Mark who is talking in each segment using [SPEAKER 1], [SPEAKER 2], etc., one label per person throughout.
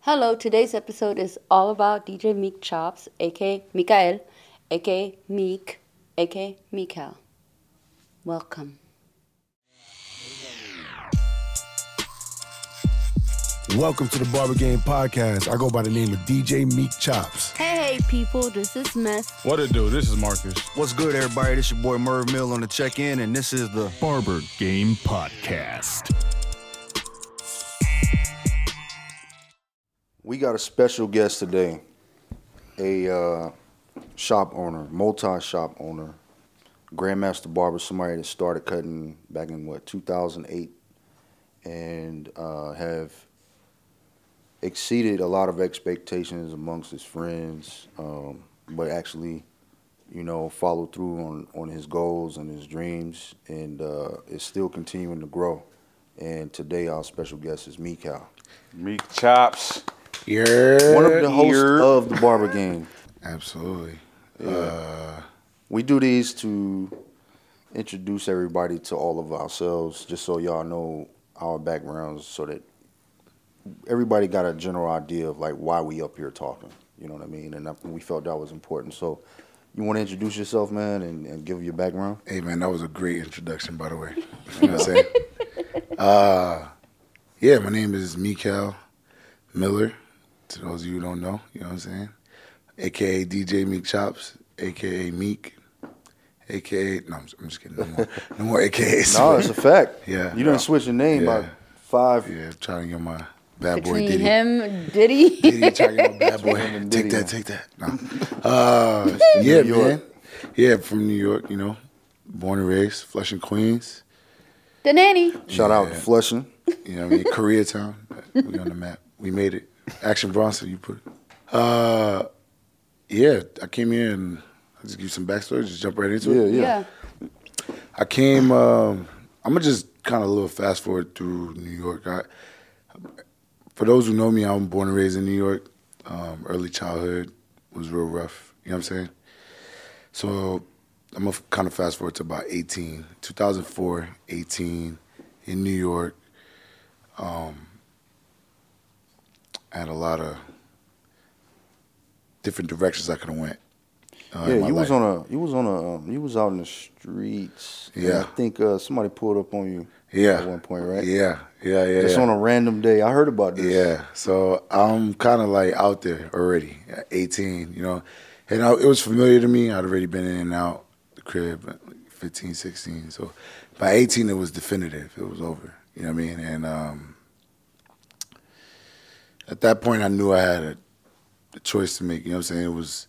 [SPEAKER 1] Hello, today's episode is all about DJ Meek Chops, aka Mikael, aka Meek, aka Mikael. Welcome.
[SPEAKER 2] Welcome to the Barber Game Podcast. I go by the name of DJ Meek Chops.
[SPEAKER 1] Hey, people, this is Mess.
[SPEAKER 3] What it do? This is Marcus.
[SPEAKER 4] What's good, everybody? This your boy Merv Mill on the check in, and this is the
[SPEAKER 5] Barber Game Podcast.
[SPEAKER 4] We got a special guest today, a uh, shop owner, multi shop owner, Grandmaster Barber, somebody that started cutting back in what 2008, and uh, have exceeded a lot of expectations amongst his friends, um, but actually, you know, followed through on, on his goals and his dreams, and uh, is still continuing to grow. And today, our special guest is Mikal.
[SPEAKER 3] Meek chops.
[SPEAKER 4] One of the hosts of the Barber Game.
[SPEAKER 2] Absolutely.
[SPEAKER 4] We do these to introduce everybody to all of ourselves, just so y'all know our backgrounds, so that everybody got a general idea of like why we up here talking. You know what I mean? And I, we felt that was important. So, you want to introduce yourself, man, and, and give your background?
[SPEAKER 2] Hey, man, that was a great introduction, by the way. You know what I'm saying? uh, yeah, my name is Mikael Miller. To those of you who don't know, you know what I'm saying? AKA DJ Meek Chops, AKA Meek, AKA, no, I'm just, I'm just kidding. No more, no more AKAs.
[SPEAKER 4] No, it's a fact.
[SPEAKER 2] Yeah.
[SPEAKER 4] You didn't switch your name by
[SPEAKER 2] Yeah.
[SPEAKER 4] five.
[SPEAKER 2] Yeah, trying to get my bad boy
[SPEAKER 1] Between
[SPEAKER 2] Diddy.
[SPEAKER 1] him, Diddy.
[SPEAKER 2] Diddy trying to get my bad boy.
[SPEAKER 4] and
[SPEAKER 2] Take
[SPEAKER 4] Diddy.
[SPEAKER 2] that, take that. No. Uh, yeah,
[SPEAKER 4] New York.
[SPEAKER 2] man. Yeah, from New York, you know. Born and raised, Flushing, Queens.
[SPEAKER 1] The nanny.
[SPEAKER 4] Shout out to
[SPEAKER 2] Yeah.
[SPEAKER 4] Flushing.
[SPEAKER 2] You know what I mean? Koreatown. We on the map. We made it. Action Bronson, you put it. Uh, yeah, I came here and I'll just give you some backstory, just jump right into
[SPEAKER 4] Yeah,
[SPEAKER 2] it.
[SPEAKER 4] yeah.
[SPEAKER 1] Yeah.
[SPEAKER 2] I came. Um, I'm gonna just kind of a little fast forward through New York. I, for those who know me, I'm born and raised in New York. Um, early childhood was real rough. You know what I'm saying? So I'm gonna kind of fast forward to about 18, 2004, 18 in New York. Um, I had a lot of different directions I could have went. uh, in
[SPEAKER 4] Yeah,
[SPEAKER 2] my
[SPEAKER 4] you was
[SPEAKER 2] life.
[SPEAKER 4] on a, you was on a, um, you was out in the streets. and
[SPEAKER 2] Yeah.
[SPEAKER 4] I think uh, somebody pulled up on you.
[SPEAKER 2] yeah
[SPEAKER 4] At one point, right?
[SPEAKER 2] Yeah, yeah, yeah.
[SPEAKER 4] Just
[SPEAKER 2] yeah.
[SPEAKER 4] on a random day. I heard about this.
[SPEAKER 2] Yeah, so I'm kind of like out there already, at 18, you know. And I, it was familiar to me. I'd already been in and out the crib at like 15, 16. So by 18, it was definitive. It was over. You know what I mean? And um, at that point, I knew I had a, a choice to make. You know what I'm saying? It was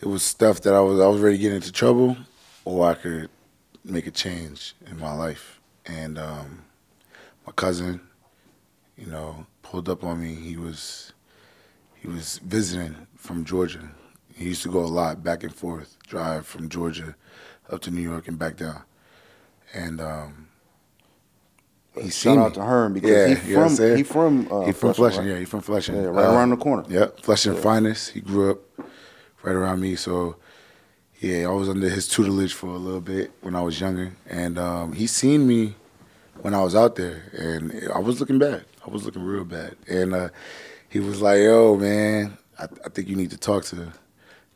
[SPEAKER 2] it was stuff that I was I was ready to get into trouble, or I could make a change in my life. And um, my cousin, you know, pulled up on me. He was he was visiting from Georgia. He used to go a lot back and forth, drive from Georgia up to New York and back down. And um he
[SPEAKER 4] Shout out to Hearn because he
[SPEAKER 2] you know what I'm
[SPEAKER 4] from-
[SPEAKER 2] saying?
[SPEAKER 4] he from, uh,
[SPEAKER 2] he
[SPEAKER 4] Flushing,
[SPEAKER 2] from Flushing,
[SPEAKER 4] right?
[SPEAKER 2] yeah, he from Flushing, Uh,
[SPEAKER 4] Yeah, right around the corner.
[SPEAKER 2] Yeah, Flushing finest. He grew up right around me, so yeah, I was under his tutelage for a little bit when I was younger, and um, he seen me when I was out there, and I was looking bad. I was looking real bad, and uh, he was like, "Yo, man, I, I think you need to talk to the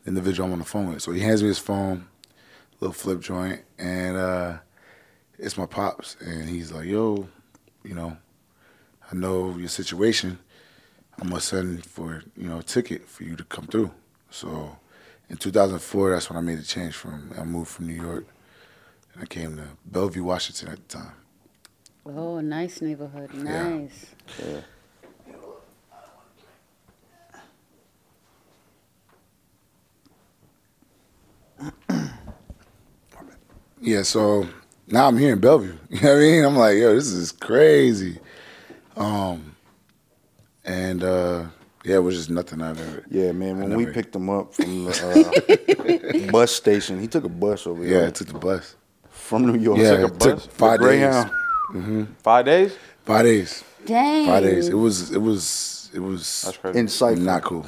[SPEAKER 2] individual I'm on the phone with." So he hands me his phone, little flip joint, and uh, it's my pops, and he's like, "Yo, you know, I know your situation. I'm gonna send for you know a ticket for you to come through." So in 2004, that's when I made the change from I moved from New York, and I came to Bellevue, Washington at the time.
[SPEAKER 1] Oh, nice neighborhood.
[SPEAKER 2] Yeah.
[SPEAKER 1] Nice.
[SPEAKER 2] Yeah, so now I'm here in Bellevue. You know what I mean? I'm like, yo, this is crazy. Um, and uh, yeah, it was just nothing I've ever.
[SPEAKER 4] Yeah, man. When
[SPEAKER 2] I
[SPEAKER 4] we
[SPEAKER 2] never-
[SPEAKER 4] picked him up from the uh, bus station, he took a bus over
[SPEAKER 2] yeah,
[SPEAKER 4] here
[SPEAKER 2] I took the bus.
[SPEAKER 4] from New York.
[SPEAKER 2] Yeah,
[SPEAKER 4] took a
[SPEAKER 2] it took
[SPEAKER 4] bus.
[SPEAKER 2] five
[SPEAKER 4] The Greyhound.
[SPEAKER 2] days.
[SPEAKER 3] Five days?
[SPEAKER 2] Five days.
[SPEAKER 1] Dang.
[SPEAKER 2] Five days. It was. It was. It was.
[SPEAKER 3] That's crazy.
[SPEAKER 4] Insightful.
[SPEAKER 2] Not cool.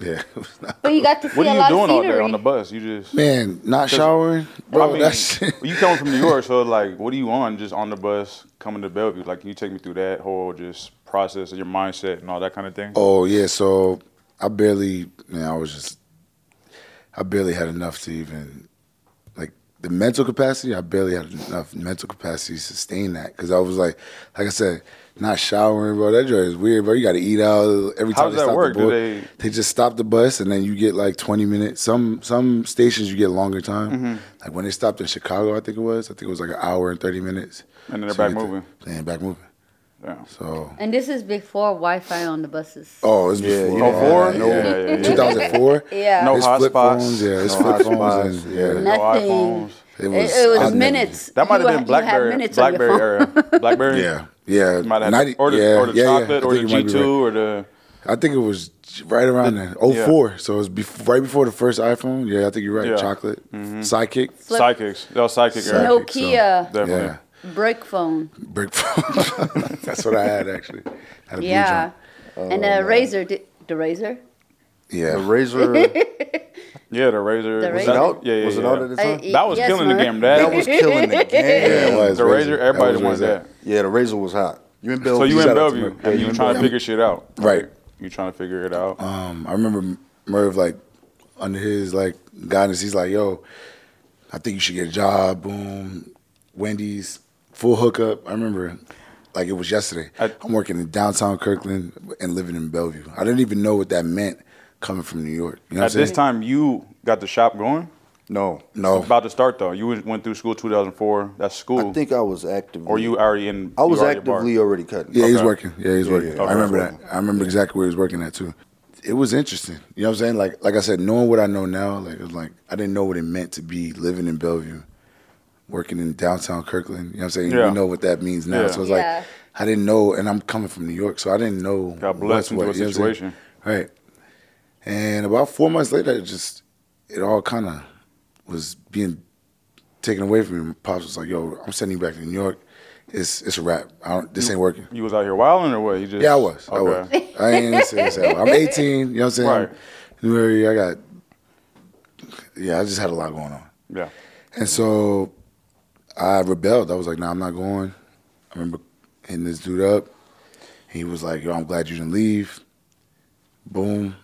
[SPEAKER 2] Yeah, it was not.
[SPEAKER 1] But you got to see
[SPEAKER 3] What
[SPEAKER 1] a
[SPEAKER 3] are you
[SPEAKER 1] lot
[SPEAKER 3] doing
[SPEAKER 1] of
[SPEAKER 3] out
[SPEAKER 1] scenery.
[SPEAKER 3] there on the bus? You just
[SPEAKER 2] Man, not showering, bro.
[SPEAKER 3] I mean,
[SPEAKER 2] that shit.
[SPEAKER 3] you coming from New York, so like, what are you on? Just on the bus coming to Bellevue? Like, can you take me through that whole just process and your mindset and all that kind of thing?
[SPEAKER 2] Oh yeah, so I barely, man, I was just, I barely had enough to even, like the mental capacity. I barely had enough mental capacity to sustain that because I was like, like I said, not showering, bro. That joint is weird, bro. You got to eat out every
[SPEAKER 3] How
[SPEAKER 2] time.
[SPEAKER 3] does
[SPEAKER 2] they
[SPEAKER 3] that
[SPEAKER 2] stop
[SPEAKER 3] work?
[SPEAKER 2] The
[SPEAKER 3] Do
[SPEAKER 2] bus,
[SPEAKER 3] they-
[SPEAKER 2] just stop the bus and then you get like twenty minutes. Some some stations you get longer time.
[SPEAKER 3] Mm-hmm.
[SPEAKER 2] Like when they stopped in Chicago, I think it was. I think it was like an hour and thirty minutes.
[SPEAKER 3] And then they're
[SPEAKER 2] So you
[SPEAKER 3] back
[SPEAKER 2] get to-
[SPEAKER 3] moving.
[SPEAKER 2] Then they're back moving.
[SPEAKER 3] Yeah.
[SPEAKER 2] So
[SPEAKER 1] And this is before Wi-Fi on the buses.
[SPEAKER 2] Oh, it's
[SPEAKER 4] Yeah, you
[SPEAKER 2] before.
[SPEAKER 4] didn't
[SPEAKER 2] Oh,
[SPEAKER 4] have
[SPEAKER 2] yeah,
[SPEAKER 4] no-
[SPEAKER 2] yeah,
[SPEAKER 3] yeah, yeah, yeah.
[SPEAKER 2] 2004.
[SPEAKER 1] Yeah. No
[SPEAKER 2] It's
[SPEAKER 3] hotspots.
[SPEAKER 2] flip phones, Yeah, it's
[SPEAKER 4] No
[SPEAKER 2] flip phones.
[SPEAKER 4] hotspots,
[SPEAKER 2] And,
[SPEAKER 4] yeah.
[SPEAKER 2] yeah.
[SPEAKER 1] Nothing.
[SPEAKER 3] iPhones.
[SPEAKER 2] It
[SPEAKER 1] It
[SPEAKER 2] was-
[SPEAKER 1] was,
[SPEAKER 2] I never-
[SPEAKER 1] minutes.
[SPEAKER 3] That might
[SPEAKER 1] You
[SPEAKER 3] have
[SPEAKER 1] ha-
[SPEAKER 3] been
[SPEAKER 1] you had
[SPEAKER 3] BlackBerry,
[SPEAKER 1] minutes on your
[SPEAKER 3] Blackberry
[SPEAKER 1] phone.
[SPEAKER 3] era. Blackberry.
[SPEAKER 2] Yeah, yeah.
[SPEAKER 3] You might have
[SPEAKER 2] 90
[SPEAKER 3] or the,
[SPEAKER 2] yeah,
[SPEAKER 3] or the
[SPEAKER 2] yeah, yeah.
[SPEAKER 3] chocolate
[SPEAKER 2] I
[SPEAKER 3] or the
[SPEAKER 2] think you might
[SPEAKER 3] G
[SPEAKER 2] be
[SPEAKER 3] two
[SPEAKER 2] right.
[SPEAKER 3] or the
[SPEAKER 2] I think it was right around then, 04. So it was bef- right before the first iPhone. Yeah, I think you're right.
[SPEAKER 3] Yeah. Mm-hmm.
[SPEAKER 2] Chocolate, Sidekick,
[SPEAKER 1] Flip-
[SPEAKER 3] psychics. That was psychic era.
[SPEAKER 2] Psychic,
[SPEAKER 1] Nokia.
[SPEAKER 2] So,
[SPEAKER 3] Definitely.
[SPEAKER 2] yeah,
[SPEAKER 1] Brick phone.
[SPEAKER 2] brick phone. That's what I had actually. Had a blue
[SPEAKER 1] Yeah.
[SPEAKER 2] joint.
[SPEAKER 1] and
[SPEAKER 3] Oh,
[SPEAKER 1] a razor. Di- the razor?
[SPEAKER 2] yeah.
[SPEAKER 4] The razor was it
[SPEAKER 3] Yeah, the razor.
[SPEAKER 1] The
[SPEAKER 3] was
[SPEAKER 1] Razor.
[SPEAKER 3] that-
[SPEAKER 4] out?
[SPEAKER 3] Yeah, yeah,
[SPEAKER 4] was it
[SPEAKER 3] yeah.
[SPEAKER 4] out at the time?
[SPEAKER 1] I-
[SPEAKER 3] That was
[SPEAKER 1] Yes,
[SPEAKER 3] killing the
[SPEAKER 1] Mark.
[SPEAKER 3] game. That,
[SPEAKER 4] that was killing the game.
[SPEAKER 2] Yeah, it was
[SPEAKER 3] the razor.
[SPEAKER 2] That
[SPEAKER 3] Everybody
[SPEAKER 2] was
[SPEAKER 3] wanted
[SPEAKER 2] Razor.
[SPEAKER 3] that.
[SPEAKER 4] Yeah, the razor was hot. You in Bellevue?
[SPEAKER 3] So you in
[SPEAKER 2] Shout out to
[SPEAKER 3] Bellevue
[SPEAKER 2] Merv. Yeah,
[SPEAKER 3] and
[SPEAKER 2] you
[SPEAKER 3] you
[SPEAKER 2] in
[SPEAKER 3] trying to
[SPEAKER 2] Bellevue.
[SPEAKER 3] figure shit out.
[SPEAKER 2] Right.
[SPEAKER 3] You trying to figure it out.
[SPEAKER 2] Um, I remember Merv like under his like guidance, he's like, "Yo, I think you should get a job." Boom, Wendy's full hookup. I remember like it was yesterday. I,
[SPEAKER 3] I-
[SPEAKER 2] am working in downtown Kirkland and living in Bellevue. I didn't even know what that meant coming from New York. You know what I'm
[SPEAKER 3] At this
[SPEAKER 2] saying?
[SPEAKER 3] time, you got the shop going.
[SPEAKER 4] No,
[SPEAKER 2] no,
[SPEAKER 3] About to start though. You went- went through school 2004. That's school.
[SPEAKER 4] I think I was active.
[SPEAKER 3] or you already in?
[SPEAKER 4] I
[SPEAKER 3] you
[SPEAKER 4] was
[SPEAKER 3] already a bar.
[SPEAKER 4] actively already cutting.
[SPEAKER 2] yeah, he's
[SPEAKER 3] okay.
[SPEAKER 2] working. Yeah, he's
[SPEAKER 4] Yeah,
[SPEAKER 2] working.
[SPEAKER 4] yeah,
[SPEAKER 2] I
[SPEAKER 4] okay.
[SPEAKER 2] remember
[SPEAKER 4] He's
[SPEAKER 2] that. I remember exactly where he was working at too. It was interesting. You know what I'm saying? Like, like I said, knowing what I know now, like, it was like I didn't know what it meant to be living in Bellevue, working in downtown Kirkland. You know what I'm saying?
[SPEAKER 3] Yeah.
[SPEAKER 2] We know what that means now.
[SPEAKER 3] Yeah.
[SPEAKER 2] So it's
[SPEAKER 1] Yeah.
[SPEAKER 2] like I didn't know, and I'm coming from New York, so I didn't know.
[SPEAKER 3] Got blessed
[SPEAKER 2] what's
[SPEAKER 3] into a
[SPEAKER 2] you know what I'm saying?
[SPEAKER 3] situation.
[SPEAKER 2] right? And about four months later, it just it all kind of was being taken away from me. My pops was like, "Yo, I'm sending you back to New York. It's it's a wrap. I don't,
[SPEAKER 3] Mm.
[SPEAKER 2] this ain't working."
[SPEAKER 3] You was out here wilding or what? You just
[SPEAKER 2] Yeah, I was. I was.
[SPEAKER 3] Okay.
[SPEAKER 2] I ain't serious at all. I'm 18. You know what I'm saying?
[SPEAKER 3] Right.
[SPEAKER 2] Right. I got. Yeah, I just had a lot going on,
[SPEAKER 3] Yeah.
[SPEAKER 2] and so I rebelled. I was like, "No, nah, I'm not going." I remember hitting this dude up. He was like, "Yo, I'm glad you didn't leave." Boom,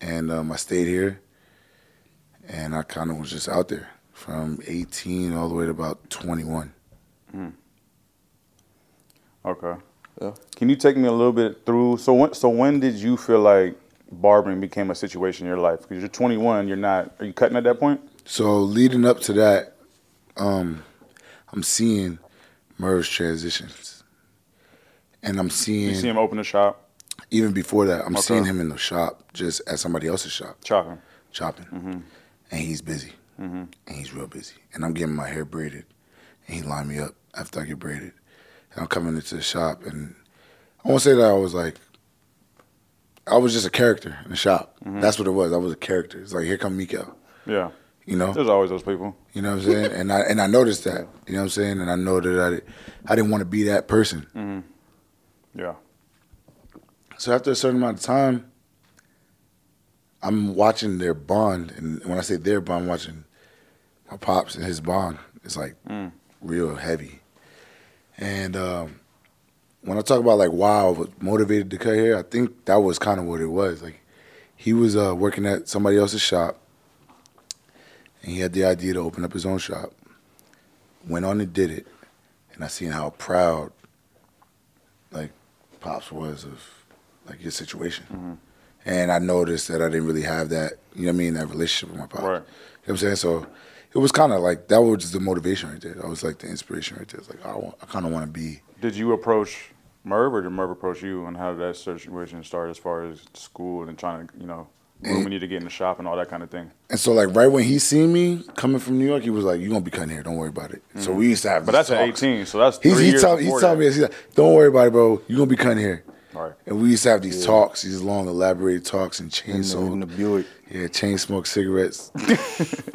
[SPEAKER 2] and um, I stayed here, and I kind of was just out there from 18 all the way to about 21.
[SPEAKER 3] Okay.
[SPEAKER 4] Yeah.
[SPEAKER 3] Can you take me a little bit through? So when so when did you feel like barbering became a situation in your life? Because you're 21, you're not. Are you cutting at that point?
[SPEAKER 2] So leading up to that, um, I'm seeing Merv's transitions, and I'm seeing,
[SPEAKER 3] You see him open the shop,
[SPEAKER 2] even before that, I'm
[SPEAKER 3] Okay.
[SPEAKER 2] seeing him in the shop, just at somebody else's shop,
[SPEAKER 3] chopping.
[SPEAKER 2] chopping,
[SPEAKER 3] Mm-hmm.
[SPEAKER 2] and he's busy, and he's real busy, and I'm getting my hair braided, and he lined me up after I get braided, and I'm coming into the shop, and I won't say that I was like, I was just a character in the shop.
[SPEAKER 3] Mm-hmm.
[SPEAKER 2] That's what it was. I was a character. It's like here come Miko,
[SPEAKER 3] Yeah.
[SPEAKER 2] you know.
[SPEAKER 3] There's always those people.
[SPEAKER 2] You know what I'm saying? and I and I noticed that. You know what I'm saying? And I know that I, I didn't want to be that person.
[SPEAKER 3] Yeah.
[SPEAKER 2] So after a certain amount of time, I'm watching their bond, and when I say their bond, I'm watching my pops and his bond. It's like real heavy. And um, when I talk about like why I was motivated to cut hair, I think that was kind of what it was. Like he was uh, working at somebody else's shop, and he had the idea to open up his own shop. Went on and did it, and I seen how proud like pops was of like his situation. And I noticed that I didn't really have that, you know what I mean, that relationship with my pops.
[SPEAKER 3] Right.
[SPEAKER 2] You know what I'm saying? So it was kind of like that was the motivation right there. That was like the inspiration right there. It's like I, want, I kind of want to be.
[SPEAKER 3] Did you approach Merv or did Merv approach you? And how did that situation start as far as school and trying to, you know, where we need to get in the shop and all that kind of thing?
[SPEAKER 2] And so like right when he seen me coming from New York, he was like, "You gonna be cutting hair? Don't worry about it." So we used to have.
[SPEAKER 3] Mm-hmm. But
[SPEAKER 2] these
[SPEAKER 3] that's at
[SPEAKER 2] talks.
[SPEAKER 3] 18, so that's three
[SPEAKER 2] He's, he's,
[SPEAKER 3] years
[SPEAKER 2] tell,
[SPEAKER 3] before
[SPEAKER 2] he's telling
[SPEAKER 3] that.
[SPEAKER 2] me, this. he's like, don't worry about it, bro. You're going to be cutting here.
[SPEAKER 3] Right.
[SPEAKER 2] And we used to have these talks, these long, elaborated talks and
[SPEAKER 4] in
[SPEAKER 2] chain
[SPEAKER 4] the,
[SPEAKER 2] smoked-
[SPEAKER 4] in the Buick
[SPEAKER 2] Yeah, chain smoke cigarettes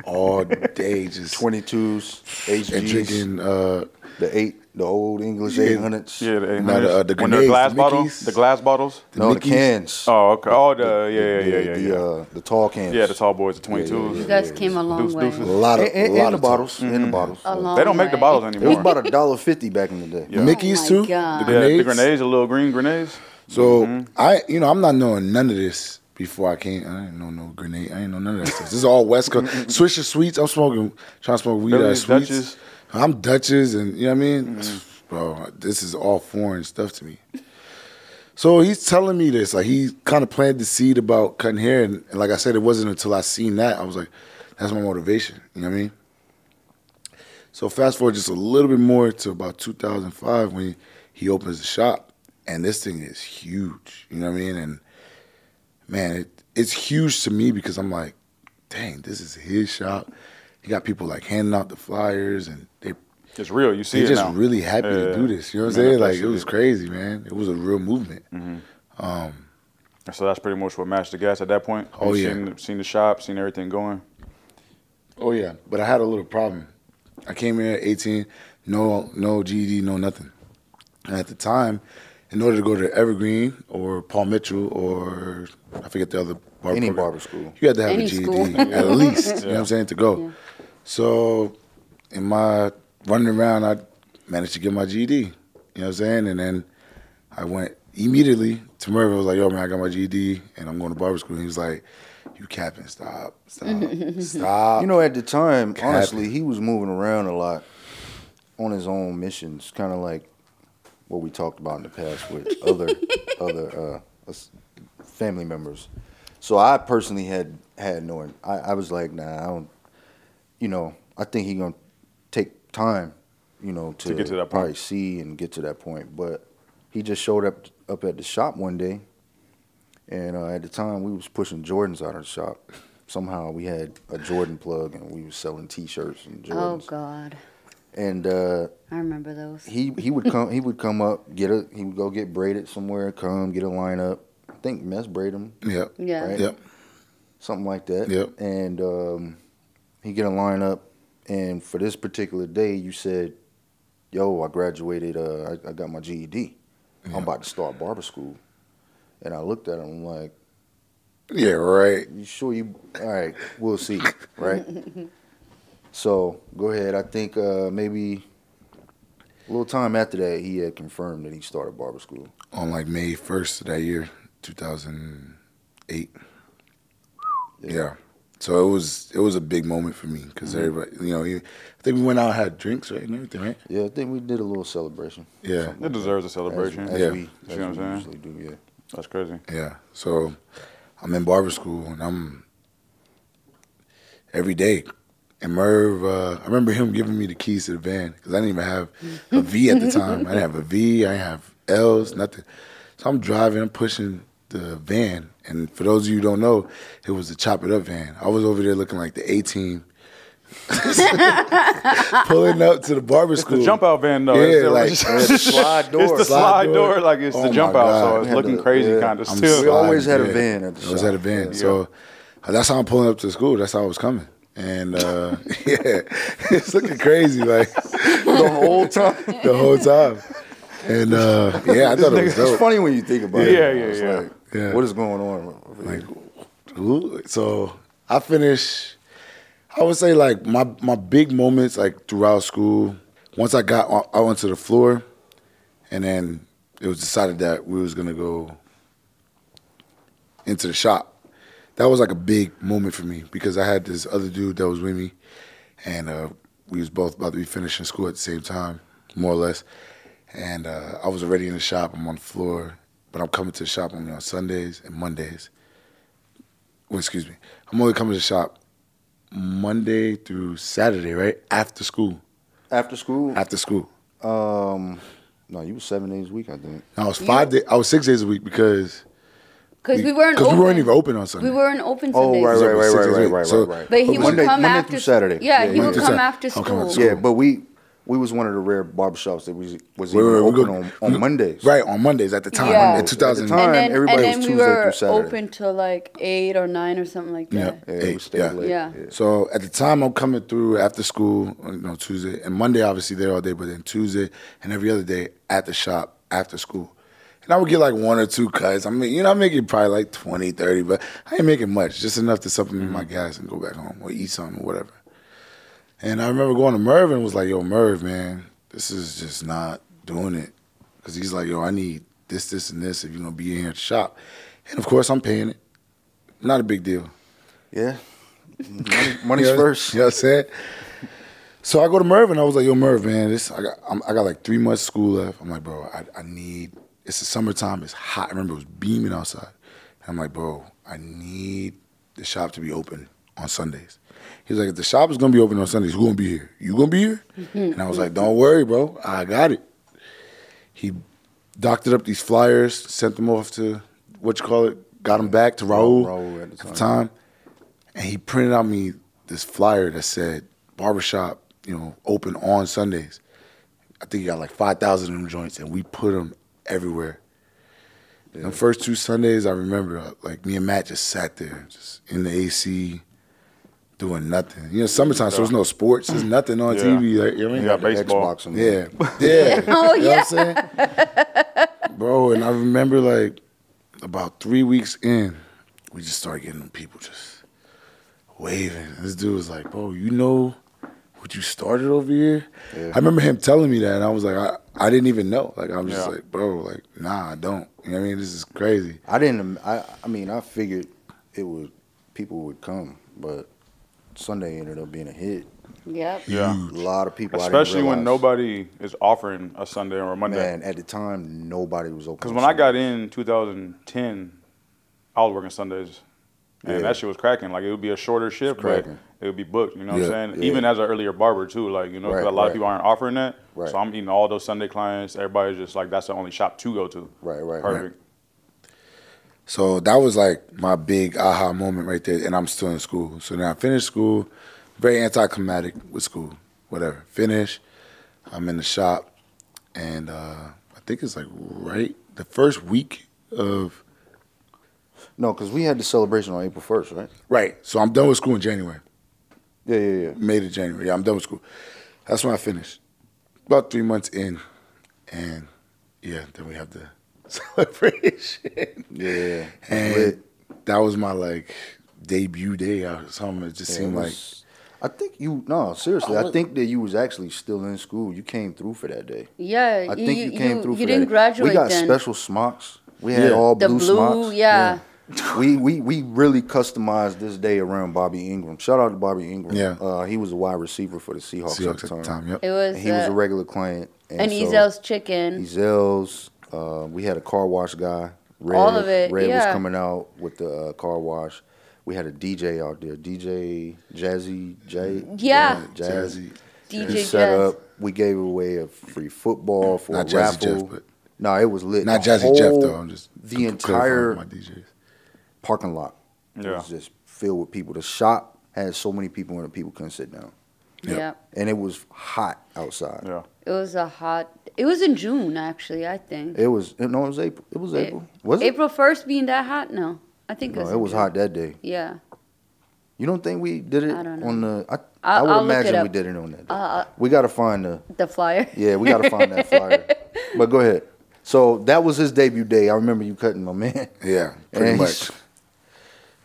[SPEAKER 2] all day, just
[SPEAKER 4] twenty twos,
[SPEAKER 2] and
[SPEAKER 4] HGs.
[SPEAKER 2] drinking uh,
[SPEAKER 4] The eight, the old English
[SPEAKER 2] Yeah.
[SPEAKER 4] eight hundreds.
[SPEAKER 3] Yeah, the,
[SPEAKER 2] Nah, the, uh, the
[SPEAKER 3] when they're
[SPEAKER 2] grenades,
[SPEAKER 3] glass
[SPEAKER 2] the
[SPEAKER 3] bottles,
[SPEAKER 2] Mickeys.
[SPEAKER 3] the glass bottles.
[SPEAKER 4] no,
[SPEAKER 2] Mickey's.
[SPEAKER 4] the cans.
[SPEAKER 3] Oh, okay. Oh, the, yeah, yeah, yeah, yeah,
[SPEAKER 4] the,
[SPEAKER 3] yeah.
[SPEAKER 4] Uh, the tall cans.
[SPEAKER 3] yeah, the tall boys, the twenty twos.
[SPEAKER 1] You guys came a long
[SPEAKER 3] Deuce,
[SPEAKER 1] way.
[SPEAKER 3] deuces.
[SPEAKER 2] A lot of,
[SPEAKER 4] and, and-
[SPEAKER 2] a
[SPEAKER 4] and
[SPEAKER 2] lot
[SPEAKER 4] the
[SPEAKER 2] of time.
[SPEAKER 4] bottles.
[SPEAKER 3] Mm-hmm.
[SPEAKER 4] And the bottles.
[SPEAKER 1] A long
[SPEAKER 3] They don't make the
[SPEAKER 1] way.
[SPEAKER 3] bottles
[SPEAKER 4] It was
[SPEAKER 3] anymore.
[SPEAKER 4] about a dollar fifty back in the day.
[SPEAKER 3] Yeah.
[SPEAKER 2] Mickey's
[SPEAKER 1] Oh my
[SPEAKER 2] too.
[SPEAKER 1] God.
[SPEAKER 2] The
[SPEAKER 3] Yeah,
[SPEAKER 2] grenades.
[SPEAKER 3] the grenades, the little green grenades.
[SPEAKER 2] So I, you know, I'm not knowing none of this before I came. I didn't know no grenade. I didn't know none of that stuff. This is all West Coast. Swisher sweets. I'm smoking, trying to smoke weed out of
[SPEAKER 3] Billy's
[SPEAKER 2] sweets.
[SPEAKER 3] Dutchess.
[SPEAKER 2] I'm Dutchess, and you know what I mean, bro. This is all foreign stuff to me. So he's telling me this, like he kind of planted the seed about cutting hair, and, and like I said, it wasn't until I seen that I was like, that's my motivation. You know what I mean? So fast forward just a little bit more to about 2005 when he opens the shop, and this thing is huge. You know what I mean? And man, it, it's huge to me because I'm like, dang, this is his shop. He got people like handing out the flyers, and they
[SPEAKER 3] It's real. You see
[SPEAKER 2] they're
[SPEAKER 3] it
[SPEAKER 2] just
[SPEAKER 3] now.
[SPEAKER 2] really happy to
[SPEAKER 3] Yeah.
[SPEAKER 2] do this. You know what I'm saying? Like it
[SPEAKER 3] Manifested
[SPEAKER 2] was
[SPEAKER 3] it.
[SPEAKER 2] crazy, man. It was a real movement.
[SPEAKER 3] So that's pretty much what matched the gas at that point.
[SPEAKER 2] Oh,
[SPEAKER 3] You've
[SPEAKER 2] yeah.
[SPEAKER 3] Seen, seen the shop, seen everything going.
[SPEAKER 2] Oh yeah, but I had a little problem. I came here at 18, no no GED, no nothing. And at the time, in order to go to Evergreen or Paul Mitchell or I forget the other barber
[SPEAKER 4] Any
[SPEAKER 2] program,
[SPEAKER 4] barber school.
[SPEAKER 2] you had to have
[SPEAKER 1] Any
[SPEAKER 2] a GED
[SPEAKER 1] school.
[SPEAKER 2] at least. You know what I'm saying to go. So, in my running around, I managed to get my GED. You know what I'm saying, and then I went immediately to Merv. I was like, yo, man, I got my GED and I'm going to barber school. And he was like, you capping, stop, stop, stop.
[SPEAKER 4] You know, at the time,
[SPEAKER 2] Cap.
[SPEAKER 4] honestly, he was moving around a lot on his own missions, kind of like what we talked about in the past with other other uh, us- family members. So I personally had had no. I, I was like, nah, I don't. You know, I think he gonna take time, you know, to,
[SPEAKER 3] get to that
[SPEAKER 4] probably
[SPEAKER 3] point.
[SPEAKER 4] see and get to that point. But he just showed up up at the shop one day, and uh, at the time we was pushing Jordans out of the shop. Somehow we had a Jordan plug and we was selling T-shirts and
[SPEAKER 1] Oh
[SPEAKER 4] Jordans.
[SPEAKER 1] God,
[SPEAKER 4] And uh,
[SPEAKER 1] I remember those.
[SPEAKER 4] he he would come he would come up get a he would go get braided somewhere come get a line up I think mess braid him
[SPEAKER 2] Yep.
[SPEAKER 1] Yeah.
[SPEAKER 4] Right?
[SPEAKER 2] Yep.
[SPEAKER 4] something like that
[SPEAKER 2] Yep.
[SPEAKER 4] and um, he get a line up and for this particular day you said yo I graduated uh, I, I got my GED I'm about to start barber school and I looked at him I'm like
[SPEAKER 2] Yeah, right.
[SPEAKER 4] you sure you all right we'll see right so go ahead i think uh, maybe a little time after that he had confirmed that he started barber school
[SPEAKER 2] On like May 1st of that year, 2008. Yeah. Mm-hmm. So it was it was a big moment for me because everybody, you know, you- I think we went out and had drinks, right, and everything, right?
[SPEAKER 4] yeah i think we did a little celebration
[SPEAKER 2] Yeah,
[SPEAKER 3] It deserves a
[SPEAKER 4] as-
[SPEAKER 3] celebration.
[SPEAKER 4] as,
[SPEAKER 2] Yeah.
[SPEAKER 4] we,
[SPEAKER 2] You
[SPEAKER 4] as
[SPEAKER 3] know what
[SPEAKER 4] we
[SPEAKER 3] I'm
[SPEAKER 4] usually do yeah
[SPEAKER 3] That's crazy.
[SPEAKER 2] yeah. So I'm in barber school and I'm every day. And Merv, uh, I remember him giving me the keys to the van because I didn't even have a V at the time. I didn't have a V, I didn't have L's, nothing. So I'm driving, I'm pushing the van. And for those of you who don't know, it was the Chop It Up van. I was over there looking like the A team. pulling up to the barber
[SPEAKER 3] It's
[SPEAKER 2] school.
[SPEAKER 3] the jump out van though.
[SPEAKER 2] Yeah,
[SPEAKER 3] it's the,
[SPEAKER 2] like-
[SPEAKER 3] it's
[SPEAKER 4] the slide door
[SPEAKER 3] the slide door. Like it's
[SPEAKER 2] Oh
[SPEAKER 3] the
[SPEAKER 2] my
[SPEAKER 3] jump out.
[SPEAKER 2] God.
[SPEAKER 3] So
[SPEAKER 4] We
[SPEAKER 3] it's
[SPEAKER 4] had
[SPEAKER 3] looking
[SPEAKER 4] the-
[SPEAKER 3] crazy
[SPEAKER 4] yeah.
[SPEAKER 3] kind of
[SPEAKER 2] I'm
[SPEAKER 3] still.
[SPEAKER 4] We always
[SPEAKER 2] sliding,
[SPEAKER 4] had a van at the
[SPEAKER 2] I always
[SPEAKER 4] shop.
[SPEAKER 2] had a van. So uh, that's how I'm pulling up to school. That's how I was coming. And uh, yeah, it's looking crazy like
[SPEAKER 4] the whole time
[SPEAKER 2] the whole time. And uh, yeah, I thought it
[SPEAKER 4] it's
[SPEAKER 2] was dope.
[SPEAKER 4] funny when you think about
[SPEAKER 3] Yeah,
[SPEAKER 4] it
[SPEAKER 3] yeah,
[SPEAKER 4] It's
[SPEAKER 3] yeah.
[SPEAKER 4] like,
[SPEAKER 2] Yeah.
[SPEAKER 4] what is going on
[SPEAKER 2] Like, ooh, so I finish. I would say like my my big moments like throughout school. Once I got o- out onto the floor, and then it was decided that we was gonna go into the shop. That was like a big moment for me because I had this other dude that was with me, and uh, we was both about to be finishing school at the same time, more or less. And uh, I was already in the shop. I'm on the floor, but I'm coming to the shop only on Sundays and Mondays. Well, excuse me. I'm only coming to the shop Monday through Saturday, right after school.
[SPEAKER 4] after school
[SPEAKER 2] After school,
[SPEAKER 4] um no you were seven days a week i think
[SPEAKER 2] And I was five days. I was six days a week because
[SPEAKER 1] Because we weren't.
[SPEAKER 2] because
[SPEAKER 1] open.
[SPEAKER 2] we weren't even open on Sunday.
[SPEAKER 1] We weren't open
[SPEAKER 4] Oh,
[SPEAKER 1] Sundays.
[SPEAKER 4] right,
[SPEAKER 2] It was
[SPEAKER 4] right,
[SPEAKER 2] open
[SPEAKER 4] right,
[SPEAKER 2] six
[SPEAKER 4] right,
[SPEAKER 2] days a
[SPEAKER 4] right,
[SPEAKER 2] week.
[SPEAKER 4] right,
[SPEAKER 2] So-
[SPEAKER 4] right.
[SPEAKER 1] But he would
[SPEAKER 4] Monday-
[SPEAKER 1] come
[SPEAKER 4] Monday
[SPEAKER 1] after
[SPEAKER 4] through Saturday. Oh,
[SPEAKER 1] Yeah,
[SPEAKER 4] Yeah,
[SPEAKER 1] he
[SPEAKER 4] Monday
[SPEAKER 1] would
[SPEAKER 2] through
[SPEAKER 1] come
[SPEAKER 2] Saturday.
[SPEAKER 1] after
[SPEAKER 2] I'll come
[SPEAKER 1] school.
[SPEAKER 2] after
[SPEAKER 4] Yeah, but we we was one of the rare barbershops that was was
[SPEAKER 2] Wait,
[SPEAKER 4] even
[SPEAKER 2] wait, we
[SPEAKER 4] open
[SPEAKER 2] go-
[SPEAKER 4] on,
[SPEAKER 2] we
[SPEAKER 4] on
[SPEAKER 2] go-
[SPEAKER 4] Mondays.
[SPEAKER 2] Right on Mondays at the time
[SPEAKER 1] Yeah.
[SPEAKER 2] in
[SPEAKER 1] At the
[SPEAKER 2] 2000.
[SPEAKER 4] time.
[SPEAKER 1] and then,
[SPEAKER 4] everybody
[SPEAKER 1] and
[SPEAKER 4] was
[SPEAKER 1] then we
[SPEAKER 4] Tuesday
[SPEAKER 1] were
[SPEAKER 4] through Saturday.
[SPEAKER 1] open till like eight or nine or something like
[SPEAKER 2] Yeah.
[SPEAKER 1] that.
[SPEAKER 4] Yeah,
[SPEAKER 2] Hey,
[SPEAKER 4] we stayed
[SPEAKER 2] yeah.
[SPEAKER 4] late.
[SPEAKER 1] Yeah.
[SPEAKER 2] So at the time I'm coming through after school, you know, Tuesday and Monday obviously there all day, but then Tuesday and every other day at the shop after school. And I would get like one or two cuts. I mean, you know, I'm making probably like 20, 30, but I ain't making much, just enough to supplement my gas and go back home or eat something or whatever. And I remember going to Merv and was like, yo, Merv, man, this is just not doing it. Because he's like, yo, I need this, this, and this if you're going to be in here at the shop. And of course, I'm paying it. Not a big deal.
[SPEAKER 4] Yeah. Money, money's
[SPEAKER 2] You know-
[SPEAKER 4] first.
[SPEAKER 2] You know what I'm saying? So I go to Merv and I was like, "Yo, Merv, man, this I got I'm, I got like three months school left." I'm like, "Bro, I, I need it's the summertime. It's hot. I remember it was beaming outside." And I'm like, "Bro, I need the shop to be open on Sundays." He's like, "If the shop is gonna be open on Sundays, who gonna be here? You gonna be here?" and I was like, "Don't worry, bro. I got it." He doctored up these flyers, sent them off to what you call it, got them back to Raul,
[SPEAKER 4] Raul at the
[SPEAKER 2] At the
[SPEAKER 4] time.
[SPEAKER 2] time and he printed out me this flyer that said barbershop, you know, open on Sundays. I think he got like 5,000 of them joints, and we put them everywhere. The first two Sundays, I remember, uh, like, me and Matt just sat there, just in the AC, doing nothing. You know, summertime, so there's no sports, there's nothing on
[SPEAKER 3] Yeah.
[SPEAKER 2] TV. Like, you know what I mean?
[SPEAKER 3] You got baseball.
[SPEAKER 4] Xbox and
[SPEAKER 2] Yeah. Yeah.
[SPEAKER 1] Oh,
[SPEAKER 2] you know what I'm saying? Bro, and I remember like about three weeks in, we just started getting them people just waving. This dude was like, bro, you know what you started over here?
[SPEAKER 4] Yeah.
[SPEAKER 2] I remember him telling me that and I was like, I, I didn't even know. Like I'm just
[SPEAKER 3] Yeah.
[SPEAKER 2] like, bro, like, nah, I don't. You know what I mean? This is crazy.
[SPEAKER 4] I didn't. I, I mean, I figured it would people would come, but Sunday ended up being a hit.
[SPEAKER 1] Yep.
[SPEAKER 3] Yeah.
[SPEAKER 4] A lot of people, I didn't
[SPEAKER 3] Especially when
[SPEAKER 4] realize.
[SPEAKER 3] nobody is offering a Sunday or a Monday.
[SPEAKER 4] Man, at the time, nobody was open.
[SPEAKER 3] Because
[SPEAKER 4] on
[SPEAKER 3] when I
[SPEAKER 4] Sunday.
[SPEAKER 3] got in 2010, I was working Sundays, and
[SPEAKER 4] Yeah.
[SPEAKER 3] that shit was cracking. Like it would be a shorter shift, but
[SPEAKER 4] cracking.
[SPEAKER 3] it would be booked. You know what
[SPEAKER 2] Yeah,
[SPEAKER 3] I'm saying?
[SPEAKER 4] yeah.
[SPEAKER 3] Even as an earlier barber too, like you know, 'cause
[SPEAKER 4] Right,
[SPEAKER 3] a lot
[SPEAKER 4] right.
[SPEAKER 3] of people aren't offering that.
[SPEAKER 4] Right.
[SPEAKER 3] So I'm eating all those Sunday clients. Everybody's just like, that's the only shop to go to.
[SPEAKER 4] Right, right, right.
[SPEAKER 3] Perfect.
[SPEAKER 2] So that was like my big aha moment right there, and I'm still in school. So now I finished school, very anticlimactic with school, whatever. Finish, I'm in the shop, and uh, I think it's like right the first week of
[SPEAKER 4] no, because we had the celebration on April first, right?
[SPEAKER 2] right. So I'm done with school in January,
[SPEAKER 4] Yeah, yeah, yeah.
[SPEAKER 2] May to January. Yeah, I'm done with school. That's when I finished. About three months in, and yeah, then we have the celebration.
[SPEAKER 4] Yeah,
[SPEAKER 2] And
[SPEAKER 4] Lit.
[SPEAKER 2] that was my like debut day or something. It just
[SPEAKER 4] Yeah,
[SPEAKER 2] seemed
[SPEAKER 4] it
[SPEAKER 2] like
[SPEAKER 4] was- I think you no seriously.
[SPEAKER 2] I
[SPEAKER 4] I
[SPEAKER 1] Oh,
[SPEAKER 2] was-
[SPEAKER 4] think that you was actually still in school. You came through for that day.
[SPEAKER 1] Yeah.
[SPEAKER 4] I think you, came through.
[SPEAKER 1] Uh, You
[SPEAKER 4] for that
[SPEAKER 1] didn't
[SPEAKER 4] day.
[SPEAKER 1] graduate
[SPEAKER 4] We got
[SPEAKER 1] then.
[SPEAKER 4] special smocks. We had
[SPEAKER 2] Yeah.
[SPEAKER 4] all
[SPEAKER 1] the
[SPEAKER 4] blue,
[SPEAKER 1] blue,
[SPEAKER 4] smocks.
[SPEAKER 1] yeah.
[SPEAKER 4] we, we we really customized this day around Bobby Ingram. Shout out to Bobby Ingram.
[SPEAKER 2] Yeah.
[SPEAKER 4] uh, he was a wide receiver for the Seahawks,
[SPEAKER 2] Seahawks at the time. Yep.
[SPEAKER 1] It was.
[SPEAKER 4] And he was
[SPEAKER 1] uh,
[SPEAKER 4] a regular client. And,
[SPEAKER 1] and
[SPEAKER 4] so
[SPEAKER 1] Ezel's chicken.
[SPEAKER 4] Ezel's. Mm. Uh, we had a car wash guy. Red,
[SPEAKER 1] All of it,
[SPEAKER 4] Red
[SPEAKER 1] yeah.
[SPEAKER 4] was coming out with the uh, car wash. We had a DJ out there, DJ Jazzy J.
[SPEAKER 1] Yeah.
[SPEAKER 4] Jazz.
[SPEAKER 2] Jazzy.
[SPEAKER 1] DJ
[SPEAKER 4] He set
[SPEAKER 1] Jazz.
[SPEAKER 4] up. We gave away a free football for
[SPEAKER 2] Not
[SPEAKER 4] a
[SPEAKER 2] Jazzy
[SPEAKER 4] raffle.
[SPEAKER 2] Jeff, but-
[SPEAKER 4] no, it was lit.
[SPEAKER 2] Not
[SPEAKER 4] The
[SPEAKER 2] Jazzy Jeff though.
[SPEAKER 4] whole-
[SPEAKER 2] I'm just
[SPEAKER 4] the
[SPEAKER 2] c- clarifying
[SPEAKER 4] entire
[SPEAKER 2] my DJs.
[SPEAKER 4] parking lot. It
[SPEAKER 3] Yeah.
[SPEAKER 4] was just filled with people. The shop had so many people in it, people couldn't sit down.
[SPEAKER 1] Yeah.
[SPEAKER 4] And it was hot outside.
[SPEAKER 3] Yeah.
[SPEAKER 1] It was a hot. It was in June actually. I think.
[SPEAKER 4] It was no, it was April. It was April. Was it?
[SPEAKER 1] April first being that hot? No, I think
[SPEAKER 4] No,
[SPEAKER 1] it was.
[SPEAKER 4] it
[SPEAKER 1] in
[SPEAKER 4] was
[SPEAKER 1] June.
[SPEAKER 4] hot that day.
[SPEAKER 1] Yeah.
[SPEAKER 4] You don't think we did it
[SPEAKER 1] I don't know.
[SPEAKER 4] on the? I, I
[SPEAKER 1] I'll-
[SPEAKER 4] would
[SPEAKER 1] I'll look it
[SPEAKER 4] imagine we
[SPEAKER 1] up.
[SPEAKER 4] did it on that day.
[SPEAKER 1] Uh,
[SPEAKER 4] we gotta find the.
[SPEAKER 1] The flyer.
[SPEAKER 4] Yeah, we gotta find that flyer. But go ahead. So that was his debut day. I remember you cutting my man.
[SPEAKER 2] Yeah, pretty
[SPEAKER 4] And
[SPEAKER 2] much.
[SPEAKER 4] he's-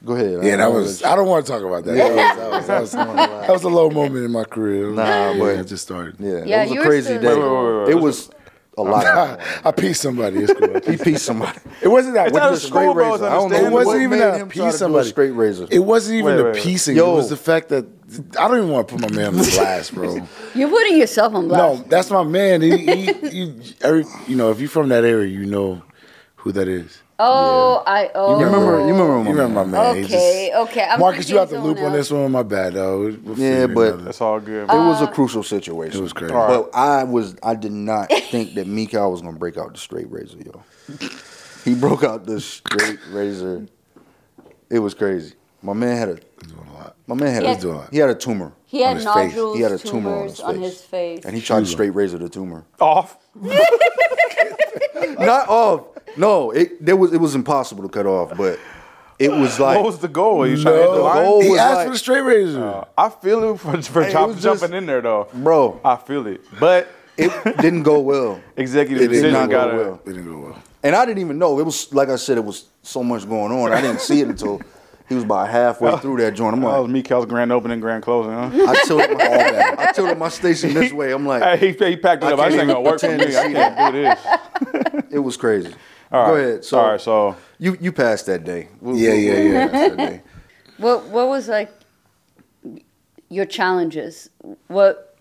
[SPEAKER 4] Go ahead.
[SPEAKER 2] Yeah,
[SPEAKER 4] I-
[SPEAKER 2] that
[SPEAKER 4] I
[SPEAKER 2] was.
[SPEAKER 4] let
[SPEAKER 2] I don't want to talk about that.
[SPEAKER 4] Yeah,
[SPEAKER 2] that, was, that, was, that was a low moment in my career.
[SPEAKER 4] Nah,
[SPEAKER 2] yeah,
[SPEAKER 4] but-
[SPEAKER 2] I just started.
[SPEAKER 4] you- yeah,
[SPEAKER 1] Yeah,
[SPEAKER 4] it
[SPEAKER 1] you
[SPEAKER 4] was
[SPEAKER 1] were
[SPEAKER 4] a crazy
[SPEAKER 1] still-
[SPEAKER 4] day.
[SPEAKER 1] Wait, wait,
[SPEAKER 3] wait, wait,
[SPEAKER 4] It
[SPEAKER 3] wait.
[SPEAKER 4] was a lot. Of
[SPEAKER 2] I, I peed somebody. It's cool. I
[SPEAKER 4] he
[SPEAKER 2] peed-
[SPEAKER 4] pieced somebody.
[SPEAKER 2] It wasn't that.
[SPEAKER 3] It's out of
[SPEAKER 4] With a straight
[SPEAKER 3] school, bro. It's
[SPEAKER 4] razor. I don't know
[SPEAKER 2] it
[SPEAKER 3] understandable.
[SPEAKER 4] what
[SPEAKER 2] wasn't even
[SPEAKER 4] made
[SPEAKER 2] that
[SPEAKER 4] him
[SPEAKER 2] pee
[SPEAKER 4] try to do a
[SPEAKER 2] somebody.
[SPEAKER 4] Straight razor.
[SPEAKER 2] It wasn't even
[SPEAKER 3] Wait,
[SPEAKER 2] the
[SPEAKER 3] wait, wait.
[SPEAKER 2] piecing. It
[SPEAKER 4] Yo.
[SPEAKER 2] was the fact that I don't even want to put my man on blast, bro.
[SPEAKER 1] You're putting yourself on blast.
[SPEAKER 2] No, that's my man. He, he, you, every, you know, if you're from that area, you know who that is.
[SPEAKER 1] Oh, I. Oh.
[SPEAKER 2] You remember? You remember?
[SPEAKER 4] Oh.
[SPEAKER 2] My man. He
[SPEAKER 1] Okay, okay, I'm
[SPEAKER 2] Marcus, you
[SPEAKER 1] thinking
[SPEAKER 2] out the
[SPEAKER 1] someone
[SPEAKER 2] loop on
[SPEAKER 1] else.
[SPEAKER 2] this one. My bad, though. We'll- we'll
[SPEAKER 4] Yeah,
[SPEAKER 2] figure it
[SPEAKER 4] but-
[SPEAKER 2] out.
[SPEAKER 3] That's all good.
[SPEAKER 4] It was a
[SPEAKER 1] Uh,
[SPEAKER 4] crucial situation.
[SPEAKER 2] It was crazy.
[SPEAKER 4] But I was I did not think that Mikal was gonna break out the straight razor, yo. He broke out the straight razor. It was crazy. My man had a
[SPEAKER 2] He's doing a lot.
[SPEAKER 4] my man had
[SPEAKER 1] He
[SPEAKER 4] a
[SPEAKER 1] had-
[SPEAKER 2] He's doing a lot.
[SPEAKER 4] he had a tumor
[SPEAKER 1] He
[SPEAKER 2] On
[SPEAKER 1] had
[SPEAKER 2] his face.
[SPEAKER 1] nodules,
[SPEAKER 4] He had a
[SPEAKER 1] tumors
[SPEAKER 4] tumor on his
[SPEAKER 1] on
[SPEAKER 4] face.
[SPEAKER 1] his face.
[SPEAKER 4] and he tried to straight razor the tumor.
[SPEAKER 3] Off.
[SPEAKER 4] Not off. No, it there was it was impossible to cut off, but it was like
[SPEAKER 3] What was the goal? you trying to hit the
[SPEAKER 4] No.
[SPEAKER 3] line?
[SPEAKER 4] Goal
[SPEAKER 2] He
[SPEAKER 4] was
[SPEAKER 2] asked
[SPEAKER 4] like-
[SPEAKER 2] for the straight razor.
[SPEAKER 3] I feel it for, for
[SPEAKER 4] Hey, it
[SPEAKER 3] chop-
[SPEAKER 4] was just-
[SPEAKER 3] jumping in there though,
[SPEAKER 4] Bro.
[SPEAKER 3] I feel it, but
[SPEAKER 4] it didn't go well.
[SPEAKER 3] executive
[SPEAKER 4] It did
[SPEAKER 3] decision
[SPEAKER 4] not go
[SPEAKER 3] gotta.
[SPEAKER 4] well.
[SPEAKER 2] it didn't go well.
[SPEAKER 4] And I didn't even know. It was like I said, it was so much going on. I didn't see it until he was about halfway through that joint. I'm
[SPEAKER 3] That was
[SPEAKER 4] like,
[SPEAKER 3] Mikel's grand opening, grand closing. Huh?
[SPEAKER 4] I tilted my I tilted my station this way. I'm like,
[SPEAKER 3] Hey, he, he packed it
[SPEAKER 4] I
[SPEAKER 3] up. I
[SPEAKER 4] can't
[SPEAKER 3] just ain't
[SPEAKER 4] even
[SPEAKER 3] gonna work for
[SPEAKER 4] pretend to
[SPEAKER 3] me. I
[SPEAKER 4] see
[SPEAKER 3] can't do this.
[SPEAKER 4] it was crazy.
[SPEAKER 3] All right.
[SPEAKER 4] Go ahead. So,
[SPEAKER 3] all right, so
[SPEAKER 4] you you passed that day. We-
[SPEAKER 2] Yeah,
[SPEAKER 4] we-
[SPEAKER 2] yeah,
[SPEAKER 4] we
[SPEAKER 2] yeah.
[SPEAKER 4] passed that day.
[SPEAKER 1] What what was like your challenges? What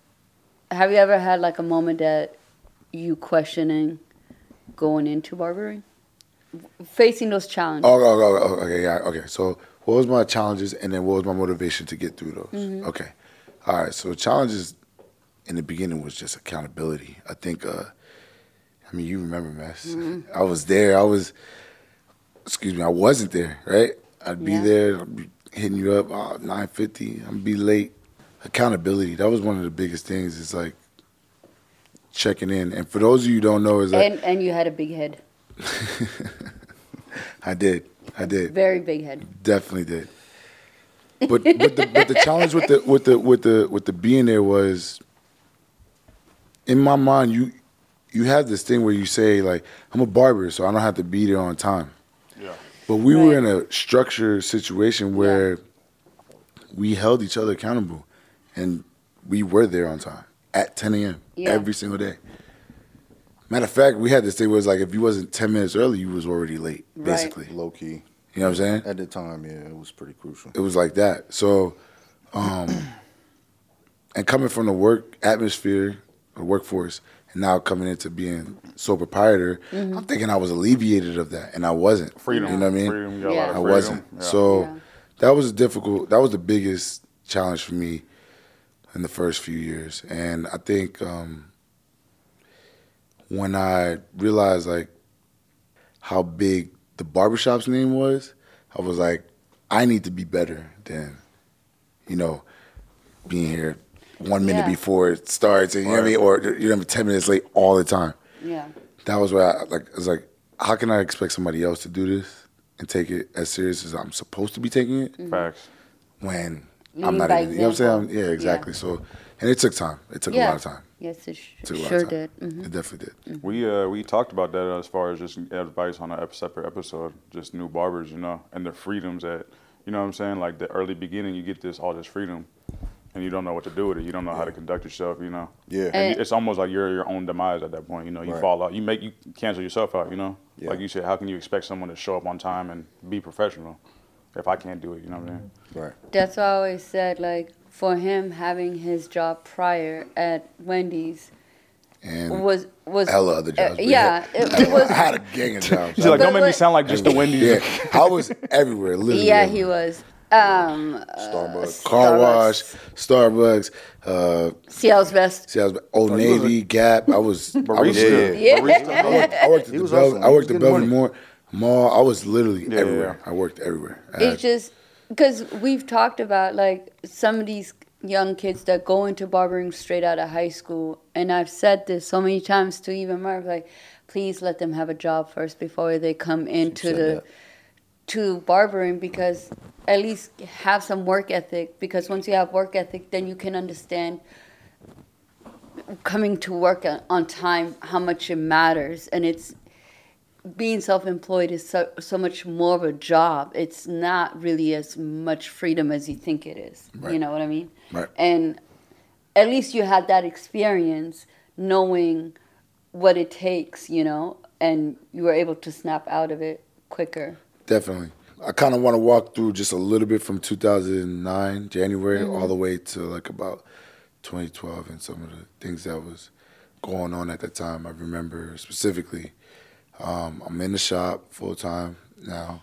[SPEAKER 1] have you ever had like a moment that you questioning going into barbering? Facing those challenges.
[SPEAKER 2] Oh, oh, oh, oh, okay, yeah, okay. So, what was my challenges, and then what was my motivation to get through those? Okay, all right. So, challenges in the beginning was just accountability. I think, uh, I mean, you remember, Mess. I was there. I was, excuse me, I wasn't there. Right? I'd be
[SPEAKER 1] Yeah.
[SPEAKER 2] there. I'd be hitting you up oh, nine fifty. I'd be late. Accountability. That was one of the biggest things. It's like checking in. And for those of you who don't know, is like
[SPEAKER 1] and and you had a big head.
[SPEAKER 2] I did. I did.
[SPEAKER 1] Very big head.
[SPEAKER 2] Definitely did. But but the but the challenge with the with the with the with the being there was in my mind you you have this thing where you say like I'm a barber so I don't have to be there on time.
[SPEAKER 3] yeah,
[SPEAKER 2] But we were
[SPEAKER 1] Right.
[SPEAKER 2] in a structured situation where we held each other accountable and we were there on time at 10 a.m.
[SPEAKER 1] Yeah.
[SPEAKER 2] every single day. Matter of fact, we had this thing where it's like if you wasn't 10 minutes early, you was already late,
[SPEAKER 1] Right.
[SPEAKER 2] basically.
[SPEAKER 4] Low key
[SPEAKER 2] You know what I'm saying?
[SPEAKER 4] at the time, yeah, it was pretty crucial.
[SPEAKER 2] it was like that. So, um, and coming from the work atmosphere or workforce, and now coming into being sole proprietor, I'm thinking I was alleviated of that, and I wasn't.
[SPEAKER 3] freedom.
[SPEAKER 2] You know what I mean?
[SPEAKER 3] Freedom. You got
[SPEAKER 1] Yeah.
[SPEAKER 3] a lot of
[SPEAKER 2] I
[SPEAKER 3] freedom.
[SPEAKER 2] wasn't.
[SPEAKER 3] Yeah.
[SPEAKER 2] So
[SPEAKER 1] Yeah.
[SPEAKER 2] that was a difficult. That was the biggest challenge for me in the first few years, and I think um, when I realized like how big the barbershop's name was, I was like, I need to be better than, you know, being here one minute
[SPEAKER 1] Yeah.
[SPEAKER 2] before it starts, and you know what I mean, or you know, what I mean, ten minutes late all the time
[SPEAKER 1] Yeah.
[SPEAKER 2] that was where I like I was like, how can I expect somebody else to do this and take it as serious as I'm supposed to be taking it
[SPEAKER 3] Facts.
[SPEAKER 2] when
[SPEAKER 1] Leading
[SPEAKER 2] I'm not
[SPEAKER 1] by
[SPEAKER 2] even you know what I'm saying?
[SPEAKER 1] example.
[SPEAKER 2] yeah,
[SPEAKER 1] Yeah.
[SPEAKER 2] exactly. So and it took time. It took
[SPEAKER 1] yeah.
[SPEAKER 2] a lot of time.
[SPEAKER 1] Yes, it sh-
[SPEAKER 2] It took a lot
[SPEAKER 1] sure
[SPEAKER 2] of time.
[SPEAKER 1] did. hmm
[SPEAKER 2] It definitely did.
[SPEAKER 3] We uh we talked about that as far as just advice on a ep- separate episode, just new barbers, you know, and the freedoms that you know what I'm saying. Like the early beginning, you get this all this freedom, and you don't know what to do with it. You don't know how to conduct yourself, you know.
[SPEAKER 4] Yeah.
[SPEAKER 3] And
[SPEAKER 1] And-
[SPEAKER 3] you- it's almost like you're your own demise at that point. You know, you
[SPEAKER 4] Right.
[SPEAKER 3] fall out, you make you cancel yourself out. You know,
[SPEAKER 4] Yeah.
[SPEAKER 3] like you said, how can you expect someone to show up on time and be professional if I can't do it? You know what I'm saying?
[SPEAKER 4] Right.
[SPEAKER 1] That's why I always said like for him having his job prior at Wendy's
[SPEAKER 2] And
[SPEAKER 1] was was
[SPEAKER 2] hella other
[SPEAKER 1] uh,
[SPEAKER 2] jobs. but
[SPEAKER 1] yeah, it, it
[SPEAKER 2] I
[SPEAKER 1] was
[SPEAKER 2] had a gang of jobs.
[SPEAKER 3] She's like,
[SPEAKER 1] But
[SPEAKER 3] don't make me
[SPEAKER 1] look-
[SPEAKER 3] sound like just the Wendy's.
[SPEAKER 2] yeah, I was everywhere, literally.
[SPEAKER 1] yeah, he
[SPEAKER 2] everywhere.
[SPEAKER 1] was. Um,
[SPEAKER 4] Uh, Starbucks.
[SPEAKER 2] Car
[SPEAKER 1] Starbucks.
[SPEAKER 2] wash, Starbucks, uh,
[SPEAKER 1] CL's best.
[SPEAKER 2] see, I was Old
[SPEAKER 3] he was
[SPEAKER 2] Navy, Gap. I was I was-
[SPEAKER 3] Barista.
[SPEAKER 4] Yeah.
[SPEAKER 1] Yeah.
[SPEAKER 3] Barista.
[SPEAKER 2] I worked, I worked at
[SPEAKER 4] He
[SPEAKER 2] the
[SPEAKER 4] was
[SPEAKER 2] Bel-
[SPEAKER 4] awesome.
[SPEAKER 2] I
[SPEAKER 4] He was
[SPEAKER 2] worked
[SPEAKER 4] good
[SPEAKER 2] at Bellevue
[SPEAKER 4] money.
[SPEAKER 2] Mall. Mall. I was literally
[SPEAKER 3] Yeah,
[SPEAKER 2] everywhere.
[SPEAKER 3] yeah.
[SPEAKER 2] I worked everywhere. I had-
[SPEAKER 1] It's just because we've talked about like some of these young kids that go into barbering straight out of high school, and I've said this so many times to even Mark, like, please let them have a job first before they come into
[SPEAKER 4] said
[SPEAKER 1] the
[SPEAKER 4] that.
[SPEAKER 1] to barbering because at least have some work ethic because once you have work ethic, then you can understand coming to work on, on time how much it matters and it's being self-employed is so, so much more of a job it's not really as much freedom as you think it is you
[SPEAKER 2] Right.
[SPEAKER 1] know what i mean
[SPEAKER 2] Right.
[SPEAKER 1] and at least you had that experience knowing what it takes you know and you were able to snap out of it quicker
[SPEAKER 2] Definitely. I kind of want to walk through just a little bit from 2009, January, all the way to like about 2012 and some of the things that was going on at that time. I remember specifically, um, I'm in the shop full time now,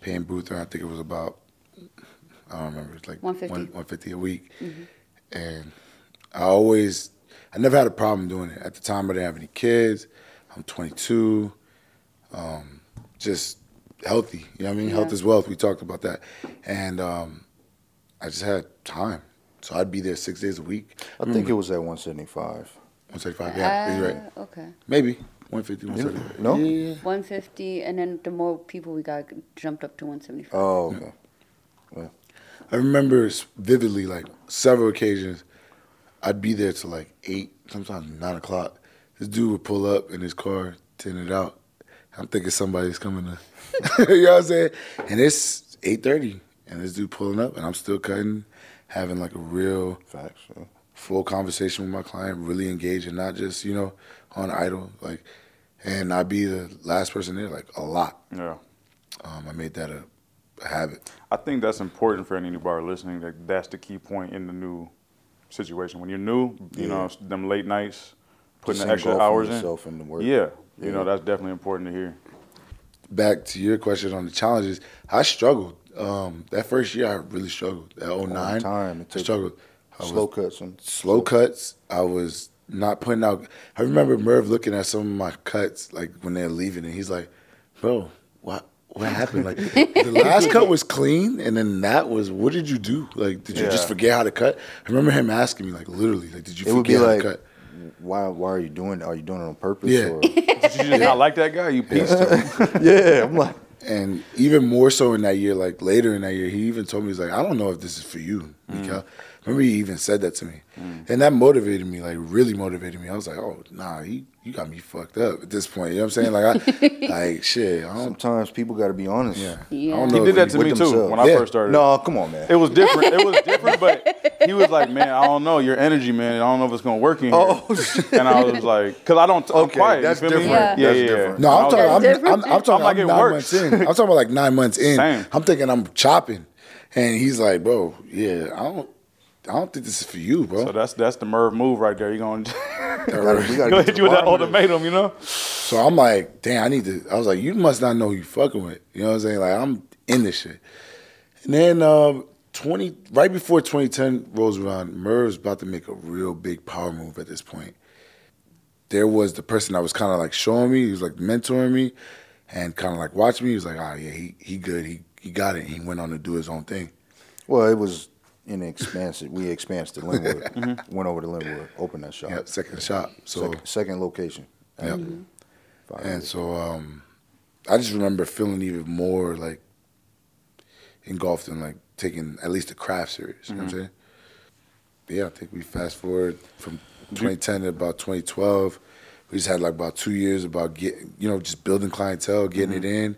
[SPEAKER 2] paying Booth, I think it was about, I don't remember, it's like
[SPEAKER 1] 150.
[SPEAKER 2] one- 150 a week. And I always, I never had a problem doing it. At the time, I didn't have any kids. I'm 22. Um, just healthy. You know what I mean?
[SPEAKER 1] Yeah.
[SPEAKER 2] Health is wealth. We talked about that. And um, I just had time. So I'd be there six days a week.
[SPEAKER 4] I think it was at 175.
[SPEAKER 2] 135. Yeah, you're right.
[SPEAKER 1] Ah, Okay.
[SPEAKER 2] Maybe. 150, 135.
[SPEAKER 4] No?
[SPEAKER 2] Uh, Yeah, yeah, yeah.
[SPEAKER 1] 150, and then the more people we got jumped up to 175.
[SPEAKER 4] Oh, okay.
[SPEAKER 2] I remember s- vividly, like several occasions, I'd be there till like eight, sometimes nine o'clock. This dude would pull up in his car, tin it out. I'm thinking somebody's coming to, you know what I'm saying? And it's eight thirty, and this dude pulling up, and I'm still cutting, having like a real
[SPEAKER 4] Facts. yeah.
[SPEAKER 2] full conversation with my client, really engaged, and not just you know on idle, like. And I'd be the last person there, like a lot.
[SPEAKER 3] Yeah.
[SPEAKER 2] Um, I made that a, a habit.
[SPEAKER 3] I think that's important for any new bar listening. That that's the key point in the new situation. When you're new, you know them late nights, putting
[SPEAKER 4] Just
[SPEAKER 3] the extra
[SPEAKER 4] engulfing
[SPEAKER 3] hours in.
[SPEAKER 4] yourself in the work.
[SPEAKER 3] Yeah, you
[SPEAKER 4] Yeah.
[SPEAKER 3] know that's definitely important to hear.
[SPEAKER 2] back to your question on the challenges, I struggled. Um, that first year, I really struggled. That 09,
[SPEAKER 4] time, it
[SPEAKER 2] I
[SPEAKER 4] took
[SPEAKER 2] struggled. I
[SPEAKER 4] Slow
[SPEAKER 2] was
[SPEAKER 4] cuts and
[SPEAKER 2] slow cuts. I was not putting out. I remember Merv looking at some of my cuts, like when they're leaving, and he's like, "Bro, what what happened? Like the last cut was clean, and then that was what did you do? Like did you just
[SPEAKER 3] Yeah.
[SPEAKER 2] forget how to cut? I remember him asking me, like literally, like did you
[SPEAKER 4] It
[SPEAKER 2] forget
[SPEAKER 4] would be
[SPEAKER 2] how
[SPEAKER 4] like,
[SPEAKER 2] to cut?
[SPEAKER 4] why? Why are you doing? it? Are you doing it on purpose?
[SPEAKER 2] Yeah.
[SPEAKER 4] Or?
[SPEAKER 3] Did you just not like that guy? You pieced him.
[SPEAKER 4] yeah. I'm like,
[SPEAKER 2] and even more so in that year, like later in that year, he even told me he's like, I don't know if this is for you, Mikael. Remember, he even said that to me, and that motivated me, like really motivated me. I was like, oh nah, he you got me fucked up at this point. You know what I'm saying? Like I like shit. I don't.
[SPEAKER 4] sometimes people got to be honest.
[SPEAKER 2] Yeah.
[SPEAKER 1] Yeah.
[SPEAKER 2] I don't
[SPEAKER 1] He
[SPEAKER 2] know
[SPEAKER 3] He did that
[SPEAKER 2] if
[SPEAKER 3] to
[SPEAKER 4] With
[SPEAKER 3] me too
[SPEAKER 4] themselves.
[SPEAKER 3] when I
[SPEAKER 2] Yeah.
[SPEAKER 3] first started.
[SPEAKER 4] No, come on, man.
[SPEAKER 3] It was different. It was different, but he was like, "Man, I don't know your energy, man. I don't know if it's gonna work in here."
[SPEAKER 4] Oh, shit.
[SPEAKER 3] and I was like, "Cause I don't. I'm
[SPEAKER 4] Okay,
[SPEAKER 3] quiet.
[SPEAKER 4] that's
[SPEAKER 3] you feel me?
[SPEAKER 4] different.
[SPEAKER 3] Yeah,
[SPEAKER 4] That's
[SPEAKER 3] yeah, yeah.
[SPEAKER 4] different.
[SPEAKER 2] No, I'm
[SPEAKER 3] And I was
[SPEAKER 2] talking.
[SPEAKER 3] like,
[SPEAKER 2] I'm,
[SPEAKER 1] different.
[SPEAKER 2] I'm, I'm talking.
[SPEAKER 3] I'm like,
[SPEAKER 2] I'm
[SPEAKER 3] it
[SPEAKER 2] nine
[SPEAKER 3] works.
[SPEAKER 2] months in. I'm talking about like nine months in.
[SPEAKER 3] Same.
[SPEAKER 2] I'm thinking I'm chopping, and he's like, bro, yeah, I don't. I don't think this is for you, bro.
[SPEAKER 3] so that's that's the Merv move right there. You gonna
[SPEAKER 4] Gotta- we
[SPEAKER 3] go
[SPEAKER 4] gotta get to
[SPEAKER 3] hit
[SPEAKER 4] the
[SPEAKER 3] you with that
[SPEAKER 4] bottom of this.
[SPEAKER 3] ultimatum, you know?
[SPEAKER 2] So I'm like, damn, I need to. I was like, you must not know who you fucking with. You know what I'm saying? Like, I'm in this shit. And then um, 20, right before 2010 rolls around, Merv's about to make a real big power move at this point. There was the person that was kind of like showing me, he was like mentoring me, and kind of like watching me. He was like, ah, yeah, he he good, he he got it. He went on to do his own thing.
[SPEAKER 4] Well, it was in expansive. We expanded to Linwood.
[SPEAKER 3] Mm-hmm.
[SPEAKER 4] Went over to Linwood, opened that shop.
[SPEAKER 2] Yep, second shop. So
[SPEAKER 4] Second, second location.
[SPEAKER 2] Yep.
[SPEAKER 4] Fire.
[SPEAKER 2] And so um, I just remember feeling even more like engulfed in like taking at least the craft serious. You know what I'm saying? Yeah, I think we fast forward from 2010 to about 2012. We just had like about two years about getting, you know, just building clientele, getting it in,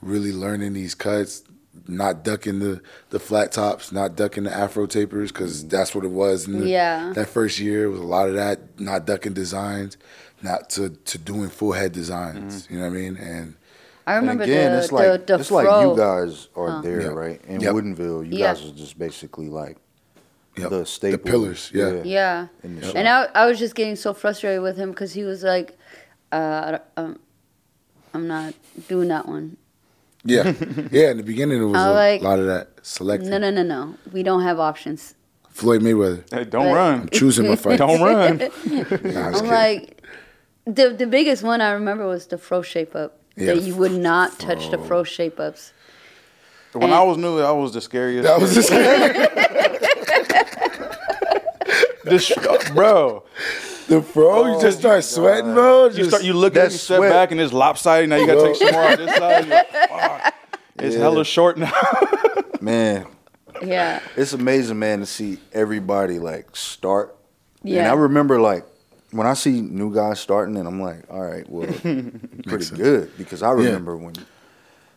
[SPEAKER 2] really learning these cuts, not ducking the, the flat tops, not ducking the afro tapers, because that's what it was in the,
[SPEAKER 1] Yeah.
[SPEAKER 2] that first year. It was a lot of that, not ducking designs, not to, to doing full head designs, you know what I mean? And
[SPEAKER 1] I
[SPEAKER 4] And
[SPEAKER 1] remember
[SPEAKER 4] again,
[SPEAKER 1] the,
[SPEAKER 4] it's like
[SPEAKER 1] the, the
[SPEAKER 4] it's
[SPEAKER 1] fro.
[SPEAKER 4] like you guys are there,
[SPEAKER 2] Yeah.
[SPEAKER 4] right? In
[SPEAKER 2] Yep.
[SPEAKER 4] Woodinville, you
[SPEAKER 1] Yeah.
[SPEAKER 4] guys are just basically like
[SPEAKER 2] Yep.
[SPEAKER 4] the staple.
[SPEAKER 2] pillars, yeah.
[SPEAKER 1] Yeah.
[SPEAKER 4] In the
[SPEAKER 1] And I, I was just getting so frustrated with him because he was like, uh, I don't- um, I'm not doing that one.
[SPEAKER 2] yeah, yeah, in the beginning, it was
[SPEAKER 1] I
[SPEAKER 2] a
[SPEAKER 1] like-
[SPEAKER 2] lot of that selective.
[SPEAKER 1] No, no, no, no. We don't have options.
[SPEAKER 2] Floyd Mayweather.
[SPEAKER 3] Hey, don't
[SPEAKER 1] But-
[SPEAKER 3] run.
[SPEAKER 2] Choosing my fights.
[SPEAKER 3] Don't run.
[SPEAKER 2] Nah, I was
[SPEAKER 1] I'm
[SPEAKER 2] kidding.
[SPEAKER 1] like, the the biggest one I remember was the fro shape up.
[SPEAKER 2] Yeah,
[SPEAKER 1] that you would not touch the
[SPEAKER 2] fro.
[SPEAKER 1] fro shape ups.
[SPEAKER 3] When I was new, I was the scariest.
[SPEAKER 2] that was just
[SPEAKER 3] the sh- bro.
[SPEAKER 2] the fro. you just start sweating, bro. Just,
[SPEAKER 3] Oh You start you look at
[SPEAKER 4] that
[SPEAKER 3] it, you step
[SPEAKER 4] sweat.
[SPEAKER 3] back and it's lopsided. Now you gotta
[SPEAKER 2] Bro.
[SPEAKER 3] take some more on this side. You're like, fuck. It's hella short now.
[SPEAKER 4] Man,
[SPEAKER 1] Yeah.
[SPEAKER 4] it's amazing, man, to see everybody like start. And
[SPEAKER 1] Yeah.
[SPEAKER 4] I remember like when I see new guys starting, and I'm like, all right, well, pretty good because I remember when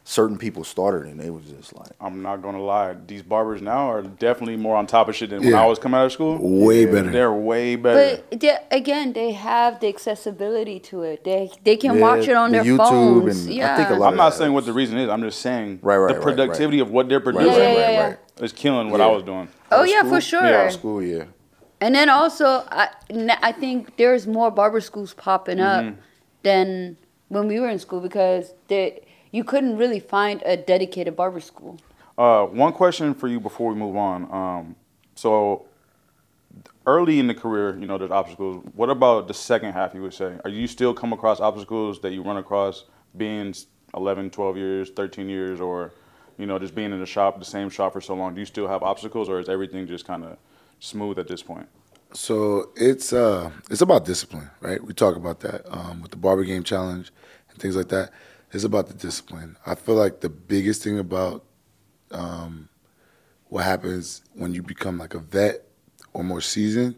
[SPEAKER 4] certain people started and they was just like,
[SPEAKER 3] I'm not gonna lie. These barbers now are definitely more on top of shit than when
[SPEAKER 2] Yeah.
[SPEAKER 3] I was coming out of school.
[SPEAKER 2] Way better.
[SPEAKER 3] They're way better.
[SPEAKER 1] But they, again, they have the accessibility to it. They they can
[SPEAKER 4] Yeah,
[SPEAKER 1] watch it on
[SPEAKER 4] the
[SPEAKER 1] their
[SPEAKER 4] YouTube
[SPEAKER 1] phones.
[SPEAKER 4] and
[SPEAKER 1] yeah.
[SPEAKER 4] I think a lot
[SPEAKER 3] I'm not
[SPEAKER 4] that
[SPEAKER 3] saying what the reason is. I'm just saying
[SPEAKER 4] Right, right,
[SPEAKER 3] the
[SPEAKER 4] right,
[SPEAKER 3] productivity of what they're
[SPEAKER 4] right,
[SPEAKER 3] producing
[SPEAKER 1] Yeah, yeah,
[SPEAKER 4] right,
[SPEAKER 1] yeah.
[SPEAKER 4] right.
[SPEAKER 3] is killing what
[SPEAKER 4] Yeah.
[SPEAKER 3] I was doing.
[SPEAKER 1] oh
[SPEAKER 4] Out of
[SPEAKER 1] yeah, for
[SPEAKER 4] school?
[SPEAKER 1] sure.
[SPEAKER 4] Yeah, out of school, yeah.
[SPEAKER 1] And then also, I n- I think there's more barber schools popping up than when we were in school because they, you couldn't really find a dedicated barber school.
[SPEAKER 3] Uh, one question for you before we move on. Um, so early in the career, you know, there's obstacles. What about the second half? You would say, are you still come across obstacles that you run across being 11, 12 years, 13 years, or, you know, just being in the shop, the same shop for so long, do you still have obstacles or is everything just kind of smooth at this point?
[SPEAKER 2] So it's uh it's about discipline, right? We talk about that um, with the barber game challenge and things like that. It's about the discipline. I feel like the biggest thing about um, what happens when you become like a vet or more seasoned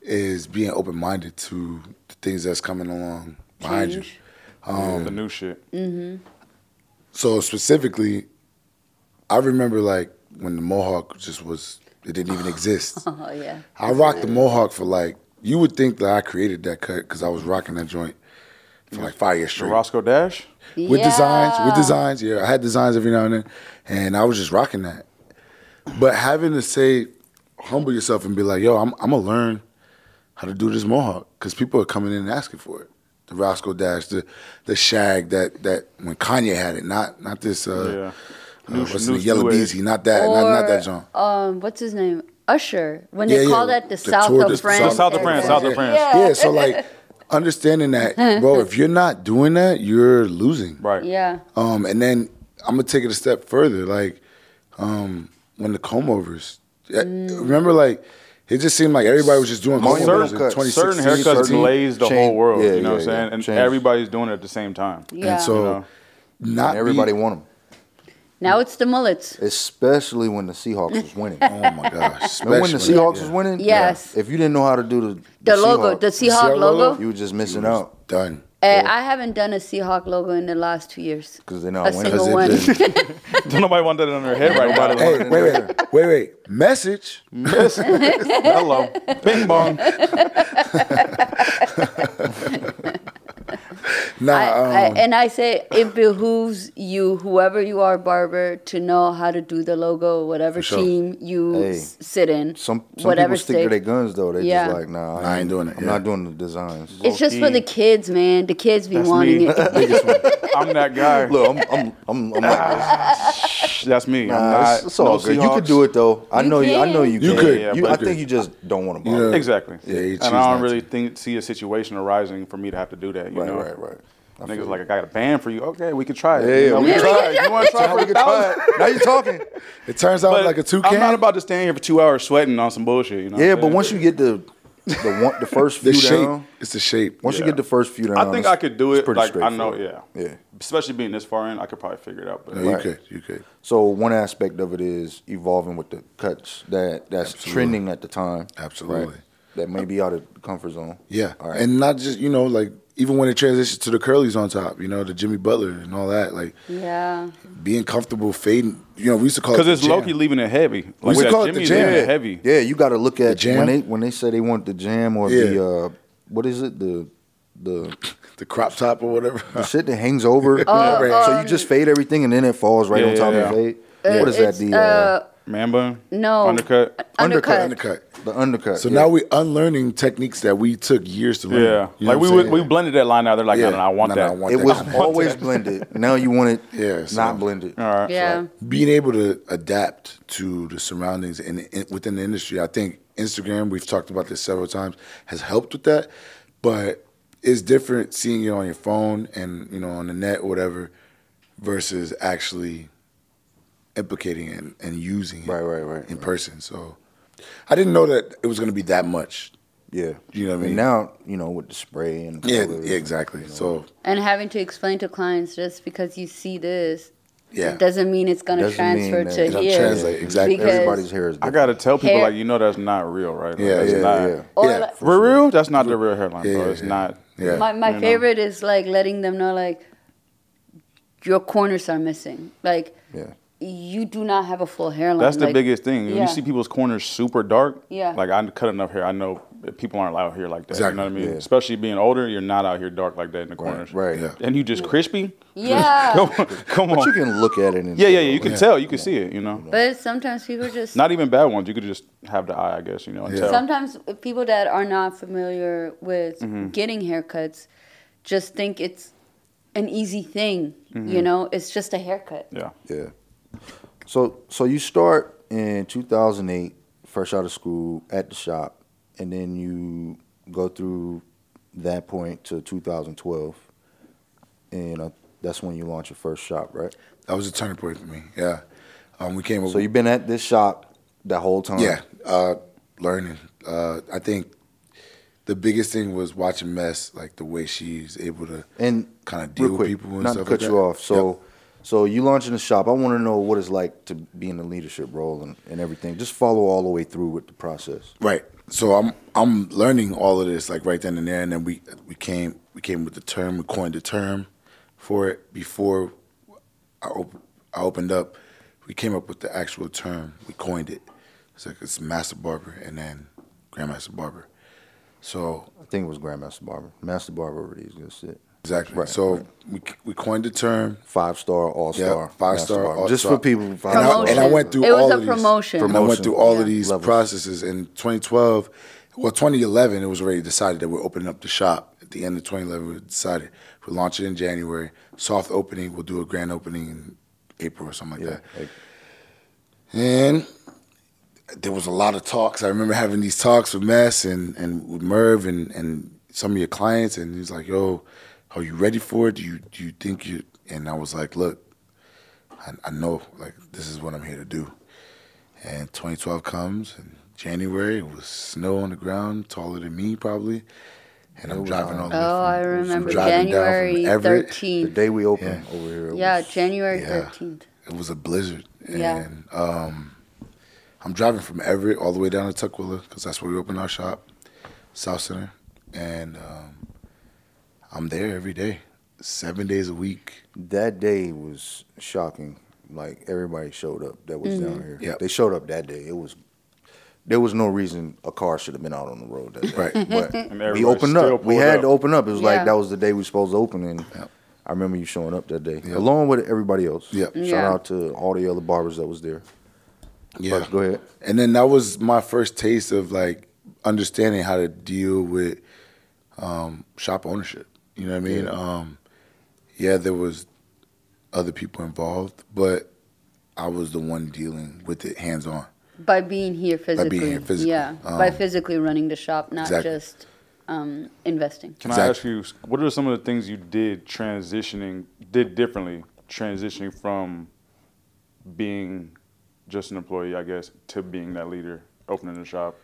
[SPEAKER 2] is being open minded to the things that's coming along behind you.
[SPEAKER 1] Change.
[SPEAKER 4] Um,
[SPEAKER 3] the new shit.
[SPEAKER 2] So specifically, I remember like when the mohawk just was it didn't even exist.
[SPEAKER 1] Oh yeah.
[SPEAKER 2] I rocked the mohawk for like you would think that I created that cut because I was rocking that joint for like five years
[SPEAKER 3] The
[SPEAKER 2] straight.
[SPEAKER 3] Roscoe Dash?
[SPEAKER 2] With designs,
[SPEAKER 1] Yeah.
[SPEAKER 2] with designs, yeah, I had designs every now and then, and I was just rocking that. But having to say, humble yourself and be like, yo, I'm I'm gonna learn how to do this mohawk because people are coming in and asking for it. The Roscoe Dash, the the shag that that when Kanye had it, not not this. Uh,
[SPEAKER 3] New-
[SPEAKER 2] uh, what's
[SPEAKER 3] new-
[SPEAKER 2] the yellow
[SPEAKER 3] new age.
[SPEAKER 2] beezy? Not that, not, not that
[SPEAKER 1] Or,
[SPEAKER 2] joint.
[SPEAKER 1] Um, what's his name? Usher. When they
[SPEAKER 2] Yeah,
[SPEAKER 1] call
[SPEAKER 2] yeah,
[SPEAKER 1] that the,
[SPEAKER 2] the
[SPEAKER 1] South
[SPEAKER 2] tour- the
[SPEAKER 1] of France.
[SPEAKER 3] South of France, South
[SPEAKER 1] area.
[SPEAKER 3] of France.
[SPEAKER 2] Yeah, so like understanding that, bro, if you're not doing that, you're losing.
[SPEAKER 3] Right.
[SPEAKER 1] Yeah.
[SPEAKER 2] Um, and then I'm gonna take it a step further, like um, when the comb overs. I-
[SPEAKER 1] Mm.
[SPEAKER 2] Remember, like it just seemed like everybody was just doing comb
[SPEAKER 4] Monumental
[SPEAKER 2] overs in
[SPEAKER 4] cuts.
[SPEAKER 3] Certain
[SPEAKER 2] 2016.
[SPEAKER 3] haircuts
[SPEAKER 2] 17.
[SPEAKER 3] glaze the
[SPEAKER 4] change-
[SPEAKER 3] whole world,
[SPEAKER 4] yeah,
[SPEAKER 3] you know what
[SPEAKER 4] yeah,
[SPEAKER 3] I'm
[SPEAKER 4] yeah,
[SPEAKER 3] saying? And
[SPEAKER 4] change.
[SPEAKER 3] everybody's doing it at the same time.
[SPEAKER 1] Yeah.
[SPEAKER 2] And so,
[SPEAKER 3] You know.
[SPEAKER 2] not
[SPEAKER 4] And everybody
[SPEAKER 2] be-
[SPEAKER 4] want them,
[SPEAKER 1] Now it's the mullets.
[SPEAKER 4] especially when the Seahawks was winning.
[SPEAKER 2] Oh my gosh!
[SPEAKER 4] Remember when the
[SPEAKER 2] especially-
[SPEAKER 4] Seahawks was winning?
[SPEAKER 1] Yes.
[SPEAKER 4] If you didn't know how to do the,
[SPEAKER 1] The logo, the
[SPEAKER 2] Seahawk
[SPEAKER 1] Seahawk
[SPEAKER 2] logo?
[SPEAKER 1] logo.
[SPEAKER 4] you were just
[SPEAKER 2] It
[SPEAKER 4] missing
[SPEAKER 2] was
[SPEAKER 4] out
[SPEAKER 2] done.
[SPEAKER 1] Eh, I haven't done a Seahawk logo in the last two years.
[SPEAKER 4] because they're not
[SPEAKER 1] A
[SPEAKER 4] winning.
[SPEAKER 1] single one.
[SPEAKER 2] Because
[SPEAKER 3] Don't nobody want that on their head right now.
[SPEAKER 2] Hey, wait, wait, wait, wait! Message.
[SPEAKER 3] Hello. Bing bong.
[SPEAKER 2] Nah,
[SPEAKER 1] I, I,
[SPEAKER 2] um,
[SPEAKER 1] and I say it behooves you, whoever you are, barber, to know how to do the logo, whatever
[SPEAKER 2] sure.
[SPEAKER 1] team you
[SPEAKER 4] Hey.
[SPEAKER 1] s- sit in,
[SPEAKER 4] Some some
[SPEAKER 1] whatever
[SPEAKER 4] people stick to
[SPEAKER 1] state.
[SPEAKER 4] their guns though. They
[SPEAKER 1] Yeah.
[SPEAKER 4] just like, nah,
[SPEAKER 2] Nah, I ain't doing it,
[SPEAKER 4] I'm
[SPEAKER 2] yeah.
[SPEAKER 4] not doing the designs.
[SPEAKER 1] It's just for
[SPEAKER 3] Low-key.
[SPEAKER 1] the kids, man. The kids be
[SPEAKER 3] That's
[SPEAKER 1] wanting
[SPEAKER 3] me.
[SPEAKER 1] it.
[SPEAKER 3] I'm that guy.
[SPEAKER 4] Look, I'm I'm I'm, I'm like, this.
[SPEAKER 3] That's me. I'm
[SPEAKER 4] nah,
[SPEAKER 3] not,
[SPEAKER 4] it's, it's all
[SPEAKER 3] no
[SPEAKER 4] good. You could do it though. I
[SPEAKER 1] You
[SPEAKER 4] know you. I know
[SPEAKER 1] can.
[SPEAKER 4] you.
[SPEAKER 2] You
[SPEAKER 4] can.
[SPEAKER 2] could.
[SPEAKER 4] You-
[SPEAKER 3] Yeah, but
[SPEAKER 4] I
[SPEAKER 2] you
[SPEAKER 4] think you just don't want to bother.
[SPEAKER 2] Yeah.
[SPEAKER 3] Exactly.
[SPEAKER 2] Yeah, you choose
[SPEAKER 3] and I
[SPEAKER 2] not
[SPEAKER 3] don't really
[SPEAKER 2] to.
[SPEAKER 3] think see a situation arising for me to have to do that. You
[SPEAKER 4] Right,
[SPEAKER 3] know?
[SPEAKER 4] right, right. I feel
[SPEAKER 3] Niggas
[SPEAKER 4] you.
[SPEAKER 3] like I got a ban for you. Okay, we can try it.
[SPEAKER 4] Yeah,
[SPEAKER 3] you
[SPEAKER 4] yeah,
[SPEAKER 3] know,
[SPEAKER 4] we
[SPEAKER 3] we
[SPEAKER 4] can
[SPEAKER 3] can
[SPEAKER 4] try it.
[SPEAKER 3] You want to try for
[SPEAKER 4] We
[SPEAKER 3] a
[SPEAKER 4] can
[SPEAKER 3] thousand?
[SPEAKER 4] try it. Now you're talking.
[SPEAKER 2] it turns out
[SPEAKER 3] But
[SPEAKER 2] like a two
[SPEAKER 3] I'm not
[SPEAKER 2] can.
[SPEAKER 3] about to stay here for two hours sweating on some bullshit. You know. what
[SPEAKER 4] Yeah,
[SPEAKER 3] I'm
[SPEAKER 4] but
[SPEAKER 3] saying?
[SPEAKER 4] once you get the the one the first few
[SPEAKER 2] The shape.
[SPEAKER 4] down,
[SPEAKER 2] It's the shape.
[SPEAKER 4] once you
[SPEAKER 3] Yeah.
[SPEAKER 4] get the first few down,
[SPEAKER 3] I think
[SPEAKER 4] it's-
[SPEAKER 3] I could do
[SPEAKER 4] it's
[SPEAKER 3] it.
[SPEAKER 4] pretty
[SPEAKER 3] Like I know.
[SPEAKER 4] straightforward.
[SPEAKER 3] Yeah.
[SPEAKER 4] Yeah.
[SPEAKER 3] Especially being this far in, I could probably figure it out. But
[SPEAKER 2] No, you
[SPEAKER 4] Right.
[SPEAKER 2] could. You could.
[SPEAKER 4] So one aspect of it is evolving with the cuts that that's
[SPEAKER 2] Absolutely.
[SPEAKER 4] trending at the time.
[SPEAKER 2] Absolutely.
[SPEAKER 4] right? That may be out of comfort zone.
[SPEAKER 2] Yeah,
[SPEAKER 4] All right.
[SPEAKER 2] and not just you know like even when it transitions to the curlies on top, you know the Jimmy Butler and all that, like
[SPEAKER 1] Yeah.
[SPEAKER 2] being comfortable fading. You know we used to call it
[SPEAKER 3] because
[SPEAKER 2] the
[SPEAKER 3] it's
[SPEAKER 2] jam.
[SPEAKER 3] Loki leaving it heavy. Like
[SPEAKER 2] used to
[SPEAKER 3] that
[SPEAKER 2] call it the
[SPEAKER 3] Jimmy's
[SPEAKER 2] jam.
[SPEAKER 3] leaving it heavy.
[SPEAKER 4] yeah, you got to look at
[SPEAKER 2] jam?
[SPEAKER 4] when they when they say they want the jam or
[SPEAKER 2] Yeah.
[SPEAKER 4] the uh, what is it the the
[SPEAKER 2] the crop top or whatever.
[SPEAKER 4] the shit that hangs over.
[SPEAKER 1] Oh,
[SPEAKER 4] so
[SPEAKER 1] um,
[SPEAKER 4] you just fade everything and then it falls right
[SPEAKER 3] Yeah,
[SPEAKER 4] on top
[SPEAKER 3] yeah,
[SPEAKER 4] of
[SPEAKER 3] yeah.
[SPEAKER 4] your fade.
[SPEAKER 1] Uh,
[SPEAKER 4] What is
[SPEAKER 1] it's,
[SPEAKER 4] that? The uh,
[SPEAKER 3] Man bun.
[SPEAKER 1] No.
[SPEAKER 3] Undercut.
[SPEAKER 1] undercut.
[SPEAKER 2] undercut.
[SPEAKER 4] the undercut.
[SPEAKER 2] So
[SPEAKER 4] yeah.
[SPEAKER 2] now we're unlearning techniques that we took years to learn.
[SPEAKER 3] Yeah.
[SPEAKER 2] You know
[SPEAKER 3] like we
[SPEAKER 2] what I'm
[SPEAKER 3] would,
[SPEAKER 2] saying?
[SPEAKER 3] we blended that line out. They're like,
[SPEAKER 2] Yeah.
[SPEAKER 3] no, no, I want
[SPEAKER 2] No, no,
[SPEAKER 3] that.
[SPEAKER 2] I want
[SPEAKER 4] it
[SPEAKER 2] that
[SPEAKER 4] was
[SPEAKER 2] combo.
[SPEAKER 4] always blended. Now you want it
[SPEAKER 2] Yeah, so-
[SPEAKER 4] not blended.
[SPEAKER 3] All right.
[SPEAKER 1] Yeah.
[SPEAKER 2] being able to adapt to the surroundings and in, within the industry. I think Instagram, we've talked about this several times, has helped with that, but it's different seeing it on your phone and you know on the net or whatever versus actually implicating it and, and using it
[SPEAKER 4] Right, right, right,
[SPEAKER 2] in
[SPEAKER 4] right.
[SPEAKER 2] person. So I didn't know that it was going to be that much.
[SPEAKER 4] Yeah.
[SPEAKER 2] You know what I
[SPEAKER 4] And
[SPEAKER 2] mean?
[SPEAKER 4] now, you know, with the spray and
[SPEAKER 2] Yeah,
[SPEAKER 4] colors,
[SPEAKER 2] yeah exactly.
[SPEAKER 4] you know.
[SPEAKER 2] So
[SPEAKER 1] And having to explain to clients just because you see this,
[SPEAKER 2] yeah,
[SPEAKER 1] it doesn't mean it's going to
[SPEAKER 4] Doesn't
[SPEAKER 1] transfer
[SPEAKER 4] mean that-
[SPEAKER 1] to
[SPEAKER 4] it
[SPEAKER 2] don't
[SPEAKER 1] here.
[SPEAKER 2] translate, exactly.
[SPEAKER 1] Because-
[SPEAKER 4] everybody's hair is
[SPEAKER 3] I
[SPEAKER 4] different.
[SPEAKER 3] gotta tell people
[SPEAKER 1] Hair-
[SPEAKER 3] like, you know, that's not real, right? Like,
[SPEAKER 2] yeah,
[SPEAKER 3] that's
[SPEAKER 2] yeah,
[SPEAKER 3] not-
[SPEAKER 2] yeah.
[SPEAKER 1] Or
[SPEAKER 2] yeah.
[SPEAKER 1] like-
[SPEAKER 3] For real, that's not the real hairline,
[SPEAKER 2] Yeah,
[SPEAKER 3] bro.
[SPEAKER 2] yeah,
[SPEAKER 3] It's
[SPEAKER 2] yeah.
[SPEAKER 3] not.
[SPEAKER 2] Yeah.
[SPEAKER 1] My my
[SPEAKER 3] You know?
[SPEAKER 1] favorite is like letting them know like your corners are missing. Like
[SPEAKER 4] Yeah.
[SPEAKER 1] you do not have a full hairline.
[SPEAKER 3] That's the
[SPEAKER 1] Like,
[SPEAKER 3] biggest thing. When
[SPEAKER 1] yeah.
[SPEAKER 3] you see people's corners super dark,
[SPEAKER 1] Yeah.
[SPEAKER 3] Like I cut enough hair. I know that people aren't out here like that. You
[SPEAKER 2] Exactly.
[SPEAKER 3] know what I mean?
[SPEAKER 4] Yeah.
[SPEAKER 3] Especially being older, you're not out here dark like that in the corners.
[SPEAKER 4] Right.
[SPEAKER 2] Yeah.
[SPEAKER 3] And you just crispy.
[SPEAKER 1] Yeah.
[SPEAKER 3] come on. Come
[SPEAKER 4] But
[SPEAKER 3] on.
[SPEAKER 4] you can look at it and
[SPEAKER 3] yeah, yeah, yeah. You can tell. You can see it. You know.
[SPEAKER 1] But sometimes people just
[SPEAKER 3] Not even bad ones. You could just have the eye, I guess. You know. And
[SPEAKER 2] Yeah.
[SPEAKER 3] tell.
[SPEAKER 1] sometimes people that are not familiar with getting haircuts just think it's an easy thing. You know, it's just a haircut.
[SPEAKER 3] yeah.
[SPEAKER 4] Yeah. So so you start in 2008, fresh out of school at the shop, and then you go through that point to 2012, and I that's when you launch your first shop, right?
[SPEAKER 2] That was a turning point for me. Yeah, um, we came over.
[SPEAKER 4] So you've been at this shop that whole time.
[SPEAKER 2] Yeah, uh, learning. Uh, I think the biggest thing was watching Mess, like the way she's able to
[SPEAKER 4] and
[SPEAKER 2] kind of
[SPEAKER 4] real
[SPEAKER 2] deal with
[SPEAKER 4] quick,
[SPEAKER 2] people and
[SPEAKER 4] not
[SPEAKER 2] stuff.
[SPEAKER 4] to cut
[SPEAKER 2] like
[SPEAKER 4] you
[SPEAKER 2] that.
[SPEAKER 4] off. So,
[SPEAKER 2] Yep.
[SPEAKER 4] so you launching the shop. I want to know what it's like to be in the leadership role and, and everything. Just follow all the way through with the process.
[SPEAKER 2] Right. So I'm I'm learning all of this like right then and there, and then we we came we came with the term we coined the term for it before I op- I opened up. We came up with the actual term. We coined it. It's like it's master barber and then grandmaster barber. So
[SPEAKER 4] I think it was Grandmaster Barber. Master Barber already existed.
[SPEAKER 2] exactly.
[SPEAKER 4] Right,
[SPEAKER 2] so we we coined the term.
[SPEAKER 4] Five star, all star,
[SPEAKER 2] Yeah, five
[SPEAKER 4] Master
[SPEAKER 2] star,
[SPEAKER 4] Barber.
[SPEAKER 2] all
[SPEAKER 4] Just
[SPEAKER 2] star.
[SPEAKER 4] for people. Five
[SPEAKER 2] And I,
[SPEAKER 4] star.
[SPEAKER 2] and I went through
[SPEAKER 1] It was
[SPEAKER 2] all
[SPEAKER 1] a
[SPEAKER 2] of these,
[SPEAKER 1] promotion.
[SPEAKER 2] And I went through all of
[SPEAKER 1] Yeah.
[SPEAKER 2] these
[SPEAKER 4] Levels.
[SPEAKER 2] processes in 2012. Well, 2011, it was already decided that we're opening up the shop. At the end of 2011, we decided we'll launch it in January. Soft opening, we'll do a grand opening in April or something like
[SPEAKER 4] Yeah,
[SPEAKER 2] that.
[SPEAKER 4] like-
[SPEAKER 2] And there was a lot of talks. I remember having these talks with Mess and, and with Merv and, and some of your clients, and he's like, "Yo, are you ready for it? Do you do you think you?" And I was like, "Look, I, I know like this is what I'm here to do." And 2012 comes, and January it was snow on the ground, taller than me probably, and I'm driving all the way.
[SPEAKER 1] Oh,
[SPEAKER 2] from-
[SPEAKER 1] I
[SPEAKER 2] from
[SPEAKER 1] remember
[SPEAKER 2] driving down from
[SPEAKER 1] January
[SPEAKER 2] Everett.
[SPEAKER 4] the
[SPEAKER 1] thirteenth.
[SPEAKER 4] day we opened over here. it
[SPEAKER 1] Yeah,
[SPEAKER 4] was-
[SPEAKER 1] January
[SPEAKER 2] Yeah.
[SPEAKER 1] thirteenth.
[SPEAKER 2] It was a blizzard. And
[SPEAKER 1] Yeah.
[SPEAKER 2] um, I'm driving from Everett all the way down to Tukwila because that's where we opened our shop, South Center. And um, I'm there every day, seven days a week.
[SPEAKER 4] That day was shocking. Like everybody showed up that was
[SPEAKER 1] Mm-hmm.
[SPEAKER 4] down here.
[SPEAKER 2] Yep.
[SPEAKER 4] They showed up that day. It was there was no reason a car should have been out on the road that day.
[SPEAKER 2] Right.
[SPEAKER 4] But we
[SPEAKER 3] everybody
[SPEAKER 4] opened
[SPEAKER 3] still
[SPEAKER 4] up. We
[SPEAKER 3] pulled
[SPEAKER 4] had
[SPEAKER 3] up.
[SPEAKER 4] to open up. It was
[SPEAKER 1] Yeah.
[SPEAKER 4] like that was the day we supposed to open and
[SPEAKER 2] Yep.
[SPEAKER 4] I remember you showing up that day.
[SPEAKER 2] Yep.
[SPEAKER 4] Along with everybody else.
[SPEAKER 2] Yep.
[SPEAKER 4] Shout
[SPEAKER 1] Yeah.
[SPEAKER 4] out to all the other barbers that was there.
[SPEAKER 2] Yeah.
[SPEAKER 4] But go ahead.
[SPEAKER 2] And then that was my first taste of like understanding how to deal with um, shop ownership. You know what I mean? Yeah. Um, yeah, there was other people involved, but I was the one dealing with it hands on.
[SPEAKER 1] By being here physically.
[SPEAKER 2] being here physically.
[SPEAKER 1] Yeah. by
[SPEAKER 2] Um,
[SPEAKER 1] physically running the shop, not
[SPEAKER 2] exactly.
[SPEAKER 1] just um, investing.
[SPEAKER 3] Can I
[SPEAKER 2] Exactly.
[SPEAKER 3] ask you, what are some of the things you did transitioning, did differently transitioning from being just an employee, I guess, to being that leader, opening the shop?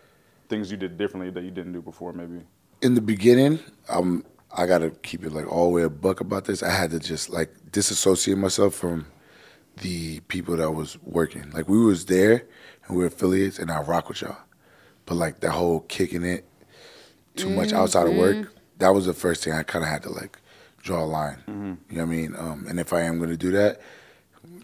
[SPEAKER 3] Things you did differently that you didn't do before, maybe.
[SPEAKER 2] in the beginning, um, I gotta keep it like all the way a buck about this. I had to just like disassociate myself from the people that was working. Like we was there and we are affiliates, and I rock with y'all. But like that whole kicking it too much outside of
[SPEAKER 1] Mm-hmm.
[SPEAKER 2] work, that was the first thing I kind of had to like draw a line. You know what I mean? Um, and if I am gonna do that,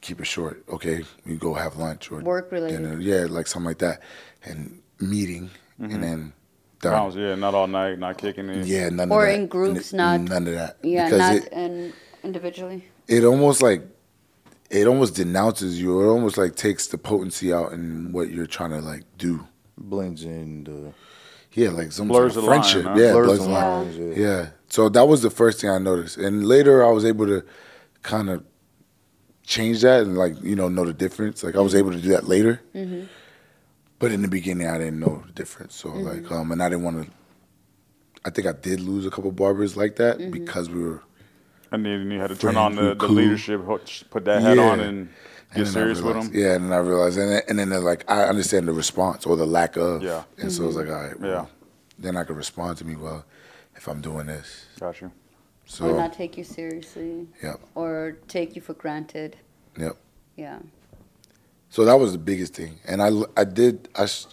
[SPEAKER 2] keep it short. Okay, we go have lunch or
[SPEAKER 1] Work related.
[SPEAKER 2] dinner. Yeah, like something like that, and meeting, and then done.
[SPEAKER 3] Bounce, yeah, not all night, not kicking it.
[SPEAKER 2] Yeah, none
[SPEAKER 1] Mm. Or
[SPEAKER 2] of that.
[SPEAKER 1] in groups,
[SPEAKER 2] N-
[SPEAKER 1] not-
[SPEAKER 2] none of that.
[SPEAKER 1] Yeah,
[SPEAKER 2] because
[SPEAKER 1] not
[SPEAKER 2] it,
[SPEAKER 1] and individually.
[SPEAKER 2] it almost like it almost denounces you. It almost like takes the potency out in what you're trying to like do.
[SPEAKER 4] Blends in the
[SPEAKER 2] Yeah, like some
[SPEAKER 3] Blurs
[SPEAKER 2] sort of
[SPEAKER 3] the line,
[SPEAKER 2] friendship.
[SPEAKER 3] huh?
[SPEAKER 2] Yeah,
[SPEAKER 4] blurs
[SPEAKER 2] blurs
[SPEAKER 4] the
[SPEAKER 2] the line.
[SPEAKER 4] lines. yeah.
[SPEAKER 2] Yeah. So that was the first thing I noticed, and later I was able to kind of change that and like you know know the difference. Like I was able to do that later,
[SPEAKER 1] Mm-hmm.
[SPEAKER 2] but in the beginning I didn't know the difference. So like um, and I didn't want to. I think I did lose a couple barbers like that
[SPEAKER 1] Mm-hmm.
[SPEAKER 2] because we were
[SPEAKER 3] And then you had to turn
[SPEAKER 2] Friends
[SPEAKER 3] on
[SPEAKER 2] who
[SPEAKER 3] the, the
[SPEAKER 2] cool.
[SPEAKER 3] leadership, ho- put that hat
[SPEAKER 2] Yeah.
[SPEAKER 3] on and get
[SPEAKER 2] And then I
[SPEAKER 3] serious with
[SPEAKER 2] realized-
[SPEAKER 3] them.
[SPEAKER 2] Yeah, and then I realized, and then, and then they're like, I understand the response or the lack of.
[SPEAKER 3] Yeah.
[SPEAKER 2] And so I was like, all right, well,
[SPEAKER 3] Yeah.
[SPEAKER 2] then I could respond to me well if I'm doing this.
[SPEAKER 3] Got you.
[SPEAKER 2] So,
[SPEAKER 1] or not take you seriously.
[SPEAKER 2] Oh. Yep.
[SPEAKER 1] Or take you for granted.
[SPEAKER 2] yep.
[SPEAKER 1] Yeah.
[SPEAKER 2] So that was the biggest thing, and I, I did I, s-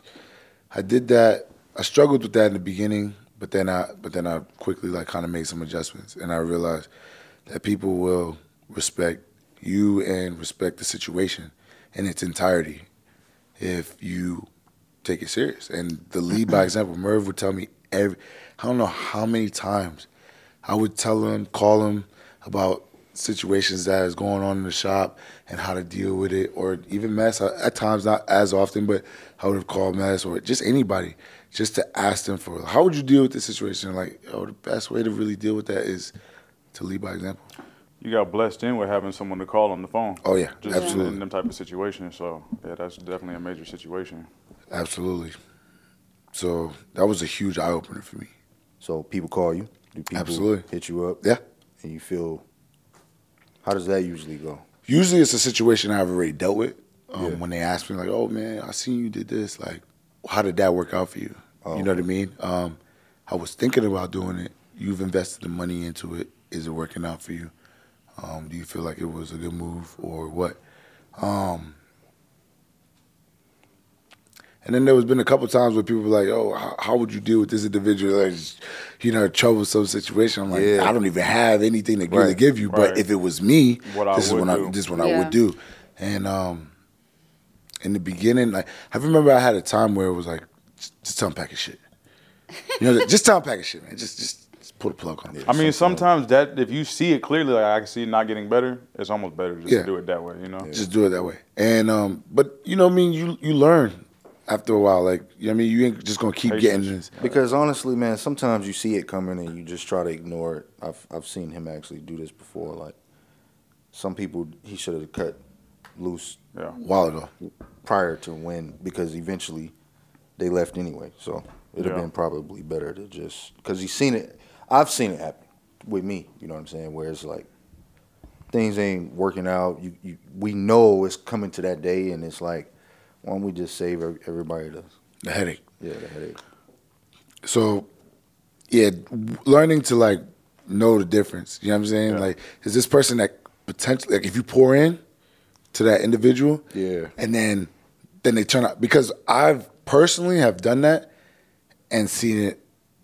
[SPEAKER 2] I did that. I struggled with that in the beginning, but then I but then I quickly like kind of made some adjustments, and I realized that people will respect you and respect the situation in its entirety if you take it serious. And the lead by example, Merv would tell me every I don't know how many times I would tell him, call him about situations that is going on in the shop and how to deal with it, or even mess at times not as often, but I would have called mess or just anybody just to ask them for how would you deal with this situation? Like, oh, the best way to really deal with that is to lead by example.
[SPEAKER 3] You got blessed in with having someone to call on the phone.
[SPEAKER 2] Oh, yeah,
[SPEAKER 3] Just
[SPEAKER 2] absolutely.
[SPEAKER 3] in them type of situations. So, yeah, that's definitely a major situation.
[SPEAKER 2] Absolutely. So that was a huge eye opener for me.
[SPEAKER 4] So people call you. Do people
[SPEAKER 2] Absolutely.
[SPEAKER 4] hit you up?
[SPEAKER 2] Yeah.
[SPEAKER 4] And you feel How does that usually go?
[SPEAKER 2] usually it's a situation I've already dealt with. Um,
[SPEAKER 4] Yeah.
[SPEAKER 2] When they ask me, like, "Oh man, I seen you did this. Like, how did that work out for you?
[SPEAKER 4] Oh.
[SPEAKER 2] You know what I mean? Um, I was thinking about doing it. You've invested the money into it. Is it working out for you? Um, do you feel like it was a good move or what? Um, and then there was been a couple times where people were like, "Oh, how, how would you deal with this individual? Like, you know, troublesome situation." I'm like,
[SPEAKER 4] Yeah.
[SPEAKER 2] "I don't even have anything to really
[SPEAKER 4] Right.
[SPEAKER 2] give you." But
[SPEAKER 3] Right.
[SPEAKER 2] if it was me,
[SPEAKER 3] What I
[SPEAKER 2] this is
[SPEAKER 3] would
[SPEAKER 2] what I
[SPEAKER 3] do.
[SPEAKER 2] this is what I
[SPEAKER 1] Yeah.
[SPEAKER 2] would do. And um, in the beginning, like I remember, I had a time where it was like, just, just tell him pack his shit. You know, just tell him pack his shit, man. Just just, just put a plug on it.
[SPEAKER 3] I mean, sometimes that if you see it clearly, like I can see it not getting better, it's almost better just
[SPEAKER 2] Yeah.
[SPEAKER 3] to do it that way, you know.
[SPEAKER 2] just do it that way. And um, but you know, what I mean, you you learn after a while. Like you know, what I mean, you ain't just gonna keep getting this.
[SPEAKER 4] Because honestly, man, sometimes you see it coming and you just try to ignore it. I've I've seen him actually do this before. Like some people, he should have cut loose
[SPEAKER 3] Yeah.
[SPEAKER 2] A while ago,
[SPEAKER 4] prior to when because eventually they left anyway. So it'd have
[SPEAKER 3] Yeah.
[SPEAKER 4] been probably better to just because he's seen it. I've seen it happen with me. You know what I'm saying? Where it's like things ain't working out. You, you we know it's coming to that day, and it's like why don't we just save ev- everybody the
[SPEAKER 2] the headache.
[SPEAKER 4] yeah the headache?
[SPEAKER 2] so yeah w- learning to like know the difference you know what i'm saying
[SPEAKER 3] Yeah.
[SPEAKER 2] like is this person that potentially like if you pour in to that individual
[SPEAKER 4] Yeah.
[SPEAKER 2] and then then they turn out because i've personally have done that and seen it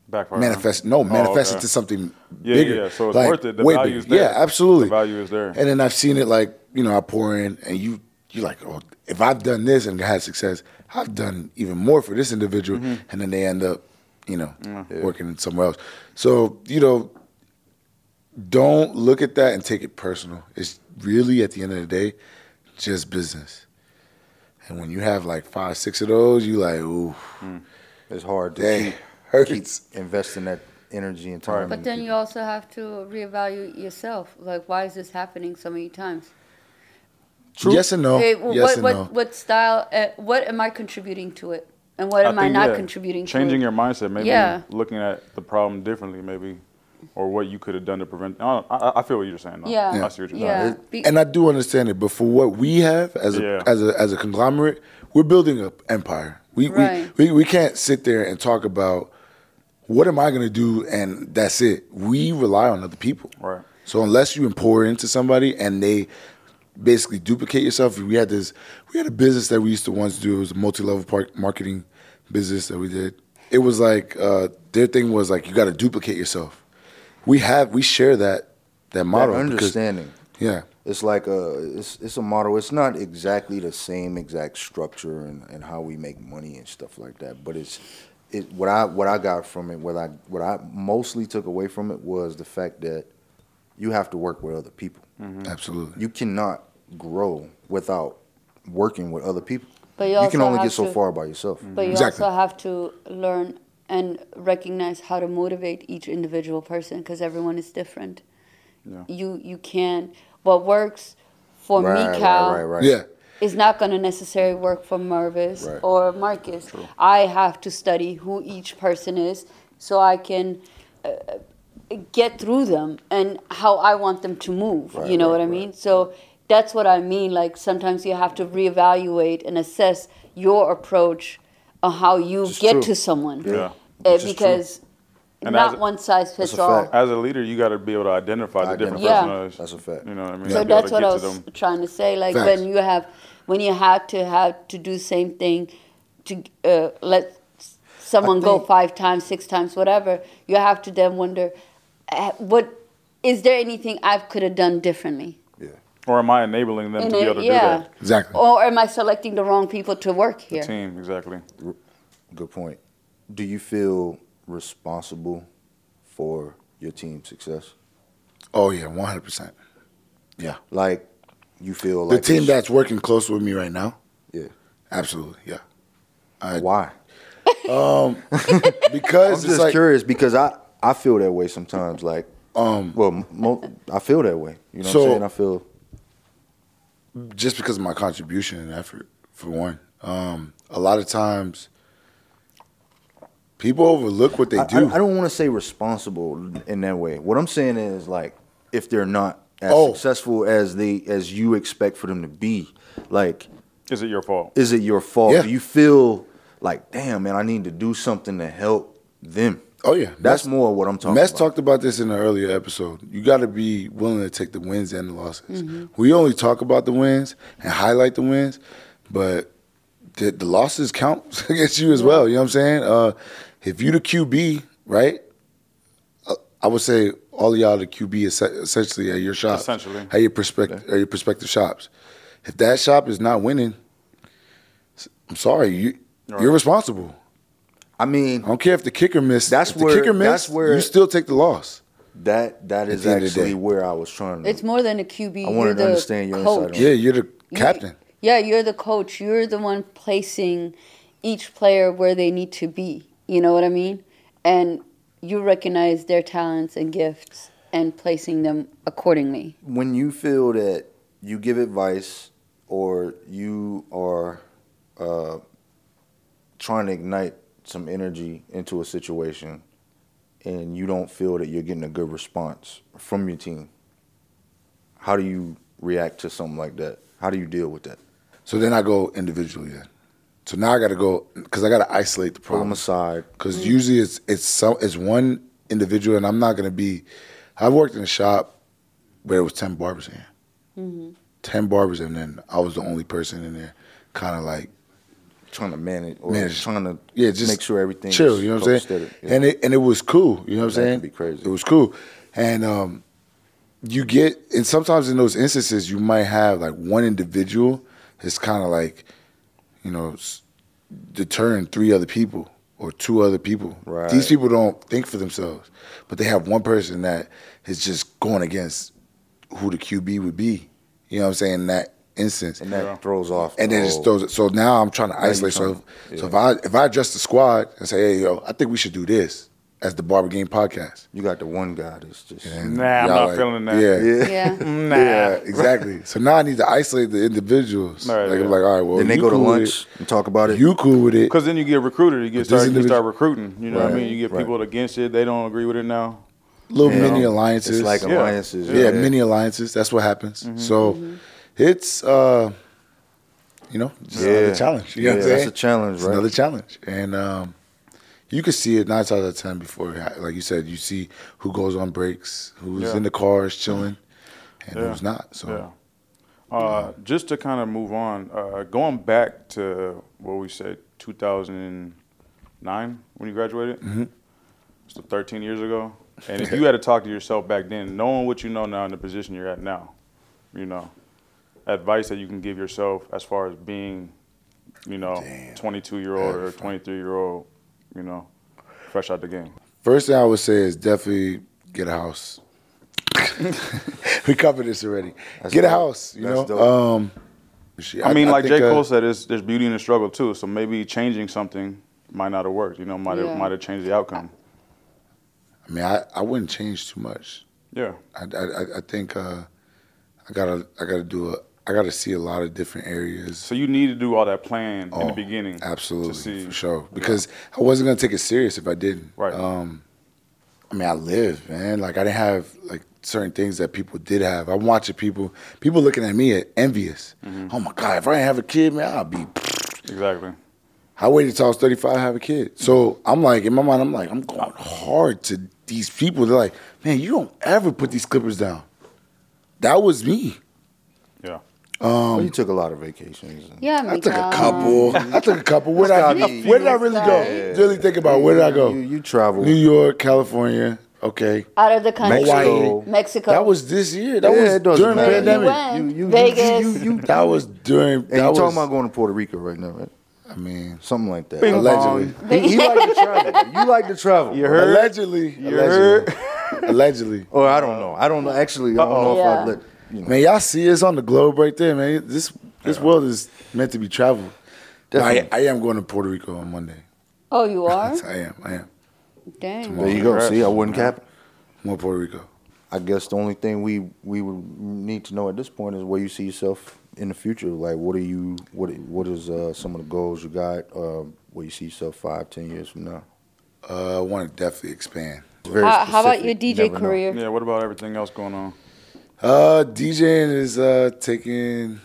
[SPEAKER 3] Backfire.
[SPEAKER 2] manifest no manifest
[SPEAKER 3] Oh, okay.
[SPEAKER 2] it to something
[SPEAKER 3] Yeah,
[SPEAKER 2] bigger
[SPEAKER 3] yeah, so it's
[SPEAKER 2] like,
[SPEAKER 3] worth it. The
[SPEAKER 2] way
[SPEAKER 3] value
[SPEAKER 2] bigger.
[SPEAKER 3] is there.
[SPEAKER 2] yeah absolutely
[SPEAKER 3] The value is there.
[SPEAKER 2] and then i've seen it like you know i pour in and you you're like oh if i've done this and had success i've done even more for this individual
[SPEAKER 3] Mm-hmm.
[SPEAKER 2] and then they end up you know working somewhere else so you know don't look at that and take it personal it's really at the end of the day just business and when you have like five six of those you like ooh
[SPEAKER 4] It's hard to
[SPEAKER 2] that
[SPEAKER 4] keep
[SPEAKER 2] hurts
[SPEAKER 4] investing that energy and time.
[SPEAKER 3] Right.
[SPEAKER 1] But then you also have to reevaluate yourself. Like, why is this happening so many times?
[SPEAKER 2] Yes and no.
[SPEAKER 1] Okay, well,
[SPEAKER 2] Oh, yes
[SPEAKER 1] what,
[SPEAKER 2] and
[SPEAKER 1] what,
[SPEAKER 2] no.
[SPEAKER 1] what style, uh, what am I contributing to it? And what am I,
[SPEAKER 3] think,
[SPEAKER 1] not
[SPEAKER 3] yeah,
[SPEAKER 1] contributing
[SPEAKER 3] Changing
[SPEAKER 1] to it?
[SPEAKER 3] your mindset, maybe
[SPEAKER 1] Yeah.
[SPEAKER 3] looking at the problem differently, maybe, or what you could have done to prevent. I, don't- I, I feel what you're saying. though.
[SPEAKER 1] Yeah.
[SPEAKER 3] I see what you're
[SPEAKER 1] Yeah.
[SPEAKER 3] saying.
[SPEAKER 1] Be-
[SPEAKER 2] and I do understand it, but for what we have as a
[SPEAKER 3] Yeah.
[SPEAKER 2] as a as a conglomerate, we're building an empire. We,
[SPEAKER 1] Right.
[SPEAKER 2] we we we can't sit there and talk about what am I going to do and that's it. We rely on other people.
[SPEAKER 3] Right.
[SPEAKER 2] So unless you pour into somebody and they basically duplicate yourself, we had this we had a business that we used to once do. It was a multi level park marketing business that we did. It was like uh, their thing was like you got to duplicate yourself. We have we share that that
[SPEAKER 4] That
[SPEAKER 2] model. because-
[SPEAKER 4] understanding.
[SPEAKER 2] yeah.
[SPEAKER 4] It's like a it's it's a model. It's not exactly the same exact structure and, and how we make money and stuff like that. But it's it what I what I got from it, what I what I mostly took away from it was the fact that you have to work with other people.
[SPEAKER 2] Absolutely.
[SPEAKER 4] You cannot grow without working with other people.
[SPEAKER 1] But you
[SPEAKER 4] you,
[SPEAKER 1] also
[SPEAKER 4] can only
[SPEAKER 1] have
[SPEAKER 4] get so
[SPEAKER 1] to-
[SPEAKER 4] far by yourself.
[SPEAKER 1] But you
[SPEAKER 2] Exactly.
[SPEAKER 1] also have to learn and recognize how to motivate each individual person because everyone is different.
[SPEAKER 3] Yeah.
[SPEAKER 1] You you can what works for
[SPEAKER 4] Mm-hmm. right,
[SPEAKER 1] me, Cal,
[SPEAKER 4] right, right, right.
[SPEAKER 2] Yeah.
[SPEAKER 1] is not going to necessarily work for Mervis
[SPEAKER 4] Right.
[SPEAKER 1] or Marcus. I have to study who each person is so I can uh, get through them and how I want them to move.
[SPEAKER 4] Right,
[SPEAKER 1] you know
[SPEAKER 4] right,
[SPEAKER 1] what I mean? So that's what I mean. Like sometimes you have to reevaluate and assess your approach on how you
[SPEAKER 4] Which is
[SPEAKER 1] get
[SPEAKER 4] true.
[SPEAKER 1] to someone.
[SPEAKER 3] Yeah.
[SPEAKER 1] Uh,
[SPEAKER 4] Which is
[SPEAKER 1] because
[SPEAKER 3] And
[SPEAKER 1] not
[SPEAKER 3] as a-
[SPEAKER 1] one size
[SPEAKER 4] That's
[SPEAKER 1] fits
[SPEAKER 4] a
[SPEAKER 1] all.
[SPEAKER 4] fact.
[SPEAKER 3] As a leader, you got to be able to identify the
[SPEAKER 1] Identify.
[SPEAKER 3] different
[SPEAKER 1] Yeah.
[SPEAKER 3] personalities.
[SPEAKER 4] That's a fact.
[SPEAKER 3] You know what I mean?
[SPEAKER 1] So
[SPEAKER 3] Be able
[SPEAKER 1] that's
[SPEAKER 3] to
[SPEAKER 1] what
[SPEAKER 3] get
[SPEAKER 1] I
[SPEAKER 3] to
[SPEAKER 1] was
[SPEAKER 3] them.
[SPEAKER 1] trying to say. Like
[SPEAKER 2] Facts.
[SPEAKER 1] when you have, when you have to have to do same thing, to uh, let s- someone go
[SPEAKER 4] think-
[SPEAKER 1] five times, six times, whatever. You have to then wonder, eh, what is there anything I could have done differently?
[SPEAKER 4] Yeah.
[SPEAKER 3] Or am I enabling them
[SPEAKER 1] And
[SPEAKER 3] to be
[SPEAKER 1] it-
[SPEAKER 3] able to do that?
[SPEAKER 2] Exactly.
[SPEAKER 1] Or am I selecting the wrong people to work
[SPEAKER 3] The
[SPEAKER 1] here?
[SPEAKER 3] team, exactly.
[SPEAKER 4] Good point. Do you feel responsible for your team's success?
[SPEAKER 2] Oh yeah, one hundred percent. Yeah.
[SPEAKER 4] Like you feel
[SPEAKER 2] The
[SPEAKER 4] like
[SPEAKER 2] team
[SPEAKER 4] it's-
[SPEAKER 2] that's working close with me right now,
[SPEAKER 4] yeah.
[SPEAKER 2] absolutely, yeah. I,
[SPEAKER 4] Why? I'm
[SPEAKER 2] because
[SPEAKER 4] just
[SPEAKER 2] it's like
[SPEAKER 4] curious because I, I feel that way sometimes. Like,
[SPEAKER 2] um,
[SPEAKER 4] well, m- mo- I feel that way. You know
[SPEAKER 2] So-
[SPEAKER 4] what I'm saying? I feel
[SPEAKER 2] just because of my contribution and effort for one. Um, a lot of times, people overlook what they
[SPEAKER 4] I,
[SPEAKER 2] do.
[SPEAKER 4] I, I don't want to say responsible in that way. What I'm saying is like if they're not as
[SPEAKER 2] Oh.
[SPEAKER 4] successful as they as you expect for them to be. Like,
[SPEAKER 3] Is it your fault?
[SPEAKER 4] is it your fault?
[SPEAKER 2] Yeah.
[SPEAKER 4] Do you feel like, damn, man, I need to do something to help them?
[SPEAKER 2] Oh, yeah.
[SPEAKER 4] That's
[SPEAKER 2] That's-
[SPEAKER 4] more what I'm talking
[SPEAKER 2] Mess
[SPEAKER 4] about.
[SPEAKER 2] talked about this in an earlier episode. You got to be willing to take the wins and the losses.
[SPEAKER 3] Mm-hmm.
[SPEAKER 2] We only talk about the wins and highlight the wins, but the, the losses count against you as well. You know what I'm saying? Uh, if you the QB, right? Uh, I would say all of y'all the QB es- essentially at your shops,
[SPEAKER 3] Essentially.
[SPEAKER 2] at your perspective, at your prospective shops. If that shop is not winning, s- I'm sorry, you
[SPEAKER 3] Right.
[SPEAKER 2] you're responsible.
[SPEAKER 4] I mean,
[SPEAKER 2] I don't care if the kicker missed.
[SPEAKER 4] That's
[SPEAKER 2] if
[SPEAKER 4] where-
[SPEAKER 2] the kicker missed.
[SPEAKER 4] that's where-
[SPEAKER 2] you still take the loss.
[SPEAKER 4] that that is
[SPEAKER 2] the end of the
[SPEAKER 4] actually
[SPEAKER 2] day.
[SPEAKER 4] where I was trying to.
[SPEAKER 1] It's more than a QB.
[SPEAKER 4] I wanted
[SPEAKER 1] you're
[SPEAKER 4] to
[SPEAKER 1] the
[SPEAKER 4] understand your insight
[SPEAKER 1] coach.
[SPEAKER 4] on
[SPEAKER 2] Yeah, you're the
[SPEAKER 1] You-
[SPEAKER 2] captain.
[SPEAKER 1] Yeah, you're the coach. You're the one placing each player where they need to be. You know what I mean? And you recognize their talents and gifts and placing them accordingly.
[SPEAKER 4] when you feel that you give advice or you are uh, trying to ignite some energy into a situation and you don't feel that you're getting a good response from your team, how do you react to something like that? How do you deal with that?
[SPEAKER 2] So then I go individually then. So now I got to go because I got to isolate the
[SPEAKER 4] Pull them
[SPEAKER 2] problem.
[SPEAKER 4] aside.
[SPEAKER 2] Because usually it's it's some it's one individual, and I'm not gonna be. I worked in a shop where there was ten barbers in, ten barbers, and then I was the only person in there, kind of like
[SPEAKER 4] Trying to manage or
[SPEAKER 2] Manage.
[SPEAKER 4] trying to
[SPEAKER 2] yeah, just
[SPEAKER 4] make sure everything's
[SPEAKER 2] chill. You know what I'm saying?
[SPEAKER 4] copacetic, yeah.
[SPEAKER 2] And it and it was cool. You know what I'm
[SPEAKER 4] That
[SPEAKER 2] saying?
[SPEAKER 4] can be crazy.
[SPEAKER 2] It was cool, and um, you get and sometimes in those instances you might have like one individual is kind of like, you know, s- deterring three other people or two other people.
[SPEAKER 4] Right.
[SPEAKER 2] These people don't think for themselves, but they have one person that is just going against who the QB would be. You know what I'm saying? In that instance,
[SPEAKER 4] and that throws off.
[SPEAKER 2] and
[SPEAKER 4] the
[SPEAKER 2] then just
[SPEAKER 4] whole-
[SPEAKER 2] throws it. So now I'm trying to
[SPEAKER 4] Oh. you
[SPEAKER 2] isolate. So,
[SPEAKER 4] trying-
[SPEAKER 2] so if
[SPEAKER 4] yeah.
[SPEAKER 2] I if I address the squad and say, hey yo, I think we should do this as the Barber Game podcast.
[SPEAKER 4] You got the one guy that's just.
[SPEAKER 2] And
[SPEAKER 3] Nah, I'm
[SPEAKER 2] y'all
[SPEAKER 3] not feeling that.
[SPEAKER 2] Yeah, yeah,
[SPEAKER 1] Yeah.
[SPEAKER 3] Nah.
[SPEAKER 2] exactly. So now I need to isolate the individuals.
[SPEAKER 3] Right,
[SPEAKER 2] like,
[SPEAKER 3] yeah.
[SPEAKER 2] I'm like, all right, well,
[SPEAKER 4] Then they
[SPEAKER 2] you
[SPEAKER 4] go to
[SPEAKER 2] cool with
[SPEAKER 4] lunch and talk about
[SPEAKER 2] it.
[SPEAKER 4] it.
[SPEAKER 2] You cool with it?
[SPEAKER 3] Because then you get recruited. You get
[SPEAKER 2] But this
[SPEAKER 3] started. You
[SPEAKER 2] individ-
[SPEAKER 3] start recruiting. You know what I
[SPEAKER 4] Right,
[SPEAKER 3] mean? You get
[SPEAKER 4] right.
[SPEAKER 3] people against it. They don't agree with it now.
[SPEAKER 2] Little
[SPEAKER 4] you know,
[SPEAKER 2] mini alliances.
[SPEAKER 4] It's like
[SPEAKER 3] Yeah.
[SPEAKER 4] alliances.
[SPEAKER 2] yeah, mini alliances. That's what happens. So it's uh, you know, just another
[SPEAKER 4] Yeah.
[SPEAKER 2] challenge. You know what
[SPEAKER 4] Yeah,
[SPEAKER 2] I'm
[SPEAKER 4] that's
[SPEAKER 2] saying?
[SPEAKER 4] a challenge,
[SPEAKER 2] It's
[SPEAKER 4] right?
[SPEAKER 2] another challenge, and um, you can see it nine times out of ten before, it ha- like you said, you see who goes on breaks, who's
[SPEAKER 3] Yeah.
[SPEAKER 2] in the cars chilling, and
[SPEAKER 3] Yeah.
[SPEAKER 2] who's not. So
[SPEAKER 3] Yeah. Uh, just to kind of move on, uh, going back to what we said, 2009 when you graduated,
[SPEAKER 2] Mm-hmm.
[SPEAKER 3] so 13 years ago. And if you had to talk to yourself back then, knowing what you know now and the position you're at now, you know, advice that you can give yourself as far as being, you know, 22 year old or 23 year old, you know, fresh out the game.
[SPEAKER 2] first thing I would say is definitely get a house. we covered this already.
[SPEAKER 4] That's
[SPEAKER 2] get a
[SPEAKER 4] dope.
[SPEAKER 2] house. You
[SPEAKER 4] That's
[SPEAKER 2] know,
[SPEAKER 4] dope.
[SPEAKER 2] um, shit,
[SPEAKER 3] I mean, like
[SPEAKER 2] think,
[SPEAKER 3] J.
[SPEAKER 2] uh,
[SPEAKER 3] Cole said, it's, there's beauty in the struggle too. So maybe changing something might not have worked. You know, might have
[SPEAKER 1] Yeah.
[SPEAKER 3] might have changed the outcome.
[SPEAKER 2] I mean, I, I wouldn't change too much.
[SPEAKER 3] Yeah,
[SPEAKER 2] I, I, I- I think uh, I gotta I gotta do a I gotta see a lot of different areas
[SPEAKER 3] So you need to do all that plan in the
[SPEAKER 2] Oh,
[SPEAKER 3] beginning.
[SPEAKER 2] absolutely
[SPEAKER 3] To see.
[SPEAKER 2] for sure because I wasn't gonna take it serious if I didn't.
[SPEAKER 3] Right.
[SPEAKER 2] Um, I mean, I lived, man. Like I didn't have like certain things that people did have. I'm watching people people looking at me envious.
[SPEAKER 3] Mm-hmm.
[SPEAKER 2] Oh my god, if I didn't have a kid, man, I'll be.
[SPEAKER 3] Exactly.
[SPEAKER 2] I waited till I was 35 to have a kid. So I'm like, in my mind, I'm like, I'm going hard to these people. They're like, man, you don't ever put these clippers down. That was me.
[SPEAKER 3] Yeah.
[SPEAKER 2] um,
[SPEAKER 4] Well, you took a lot of vacations.
[SPEAKER 1] Yeah,
[SPEAKER 2] I took a
[SPEAKER 1] Mika.
[SPEAKER 2] couple. I took a couple. Where did I,
[SPEAKER 4] That's gotta be-
[SPEAKER 2] where did I really go?
[SPEAKER 1] Yeah.
[SPEAKER 2] Really think about where did I go?
[SPEAKER 4] You, you traveled.
[SPEAKER 2] New York, California. Okay.
[SPEAKER 1] Out of the country.
[SPEAKER 2] Hawaii.
[SPEAKER 1] Mexico.
[SPEAKER 2] That was this year. That
[SPEAKER 4] Yeah, it
[SPEAKER 2] was
[SPEAKER 4] doesn't
[SPEAKER 2] during the
[SPEAKER 4] matter.
[SPEAKER 1] Where you
[SPEAKER 2] pandemic.
[SPEAKER 1] went.
[SPEAKER 4] You- you- you-
[SPEAKER 1] Vegas.
[SPEAKER 4] you- you-
[SPEAKER 2] That was during.
[SPEAKER 4] and
[SPEAKER 2] That
[SPEAKER 4] you
[SPEAKER 2] was,
[SPEAKER 4] talking about going to Puerto Rico right now, right?
[SPEAKER 2] I mean,
[SPEAKER 4] Something like that.
[SPEAKER 3] Bing
[SPEAKER 2] allegedly.
[SPEAKER 4] He, he like to travel. You like to travel.
[SPEAKER 3] You heard?
[SPEAKER 2] Allegedly.
[SPEAKER 3] heard?
[SPEAKER 2] Allegedly. allegedly.
[SPEAKER 4] Or I don't know. I don't know. Actually, I don't know if I
[SPEAKER 1] Yeah.
[SPEAKER 4] let. You know,
[SPEAKER 2] Man, y'all see us on the globe right there, man. This this world is meant to be traveled. I,
[SPEAKER 4] Definitely.
[SPEAKER 2] I am going to Puerto Rico on Monday.
[SPEAKER 1] oh, you are?
[SPEAKER 2] Yes, I am. I am.
[SPEAKER 1] Dang.
[SPEAKER 4] there you go. See, I wouldn't cap. it.
[SPEAKER 2] I'm on Puerto Rico.
[SPEAKER 4] I guess the only thing we we would need to know at this point is where you see yourself in the future. Like, what are you? What What is uh, some of the goals you got? Um, where you see yourself five, ten years from now?
[SPEAKER 2] Uh, I want to definitely expand.
[SPEAKER 4] Very
[SPEAKER 1] How, how about your
[SPEAKER 4] specific. You
[SPEAKER 1] DJ
[SPEAKER 4] never know.
[SPEAKER 1] career?
[SPEAKER 3] Yeah. What about everything else going on?
[SPEAKER 2] Uh, DJing is uh taking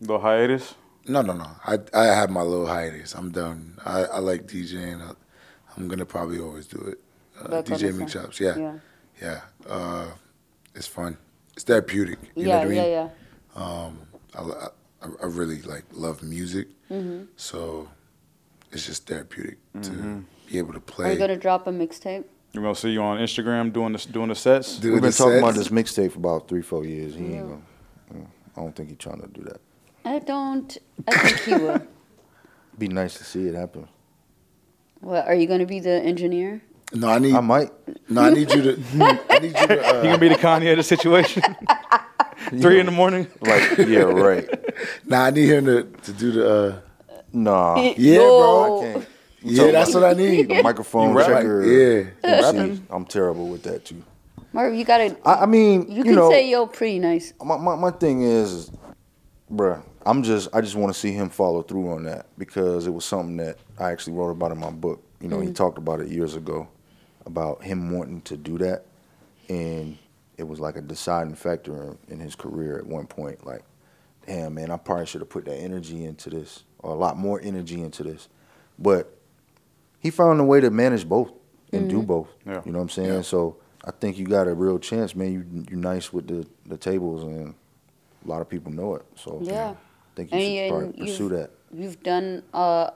[SPEAKER 3] The hiatus.
[SPEAKER 2] no no no. I I have my little hiatus. I'm done. I, I like DJing. I, I'm gonna probably always do it. Uh,
[SPEAKER 1] That's what
[SPEAKER 2] DJ
[SPEAKER 1] I'm
[SPEAKER 2] mix
[SPEAKER 1] saying.
[SPEAKER 2] ups. Yeah.
[SPEAKER 1] Yeah.
[SPEAKER 2] yeah, Uh, it's fun. It's therapeutic. You know
[SPEAKER 1] yeah,
[SPEAKER 2] what I mean?
[SPEAKER 1] yeah, yeah.
[SPEAKER 2] I, I, I really like love music,
[SPEAKER 1] Mm-hmm.
[SPEAKER 2] so it's just therapeutic
[SPEAKER 4] Mm-hmm.
[SPEAKER 2] to be able to
[SPEAKER 1] Are
[SPEAKER 2] play.
[SPEAKER 1] you gonna drop a mixtape?
[SPEAKER 3] We're gonna see you on Instagram doing this, doing the sets.
[SPEAKER 2] do
[SPEAKER 4] We've been
[SPEAKER 2] the
[SPEAKER 4] talking about
[SPEAKER 2] sets.
[SPEAKER 4] this mixtape for about three, four years. He ain't gonna. I don't think he's trying to do that.
[SPEAKER 1] I don't. I think he will.
[SPEAKER 4] Be nice to see it happen.
[SPEAKER 1] What are you gonna be the engineer?
[SPEAKER 2] No, I need.
[SPEAKER 4] I might.
[SPEAKER 2] no, I need you to. I need you to. Uh,
[SPEAKER 3] You gonna be the Kanye of the situation? Three in the morning.
[SPEAKER 4] Like, yeah, right.
[SPEAKER 2] nah, I need him to, to do the. Uh,
[SPEAKER 4] Nah.
[SPEAKER 2] yeah,
[SPEAKER 1] No.
[SPEAKER 2] bro.
[SPEAKER 4] I can't.
[SPEAKER 2] Yeah, that's what I need.
[SPEAKER 4] The microphone
[SPEAKER 2] You rapping?
[SPEAKER 4] checker.
[SPEAKER 2] Yeah.
[SPEAKER 4] MCs.
[SPEAKER 3] Rapping?
[SPEAKER 4] I'm terrible with that too.
[SPEAKER 1] Marv, you gotta.
[SPEAKER 4] I, I mean,
[SPEAKER 1] you
[SPEAKER 4] you,
[SPEAKER 1] can
[SPEAKER 4] know,
[SPEAKER 1] say yo pretty nice.
[SPEAKER 4] my, my my thing is, is, bruh, I'm just I just want to see him follow through on that because it was something that I actually wrote about in my book. You know, he talked about it years ago about him wanting to do that, and it was like a deciding factor in, in his career at one point. Like, damn man, I probably should have put that energy into this or a lot more energy into this, but he found a way to manage both and do both.
[SPEAKER 3] Yeah.
[SPEAKER 4] You know what I'm saying?
[SPEAKER 2] Yeah.
[SPEAKER 4] So I think you got a real chance, man. You you nice with the, the tables, and a lot of people know it. So
[SPEAKER 1] Yeah.
[SPEAKER 4] I think you
[SPEAKER 1] And-
[SPEAKER 4] should
[SPEAKER 1] and
[SPEAKER 4] start
[SPEAKER 1] you've-
[SPEAKER 4] pursue that.
[SPEAKER 1] You've done uh,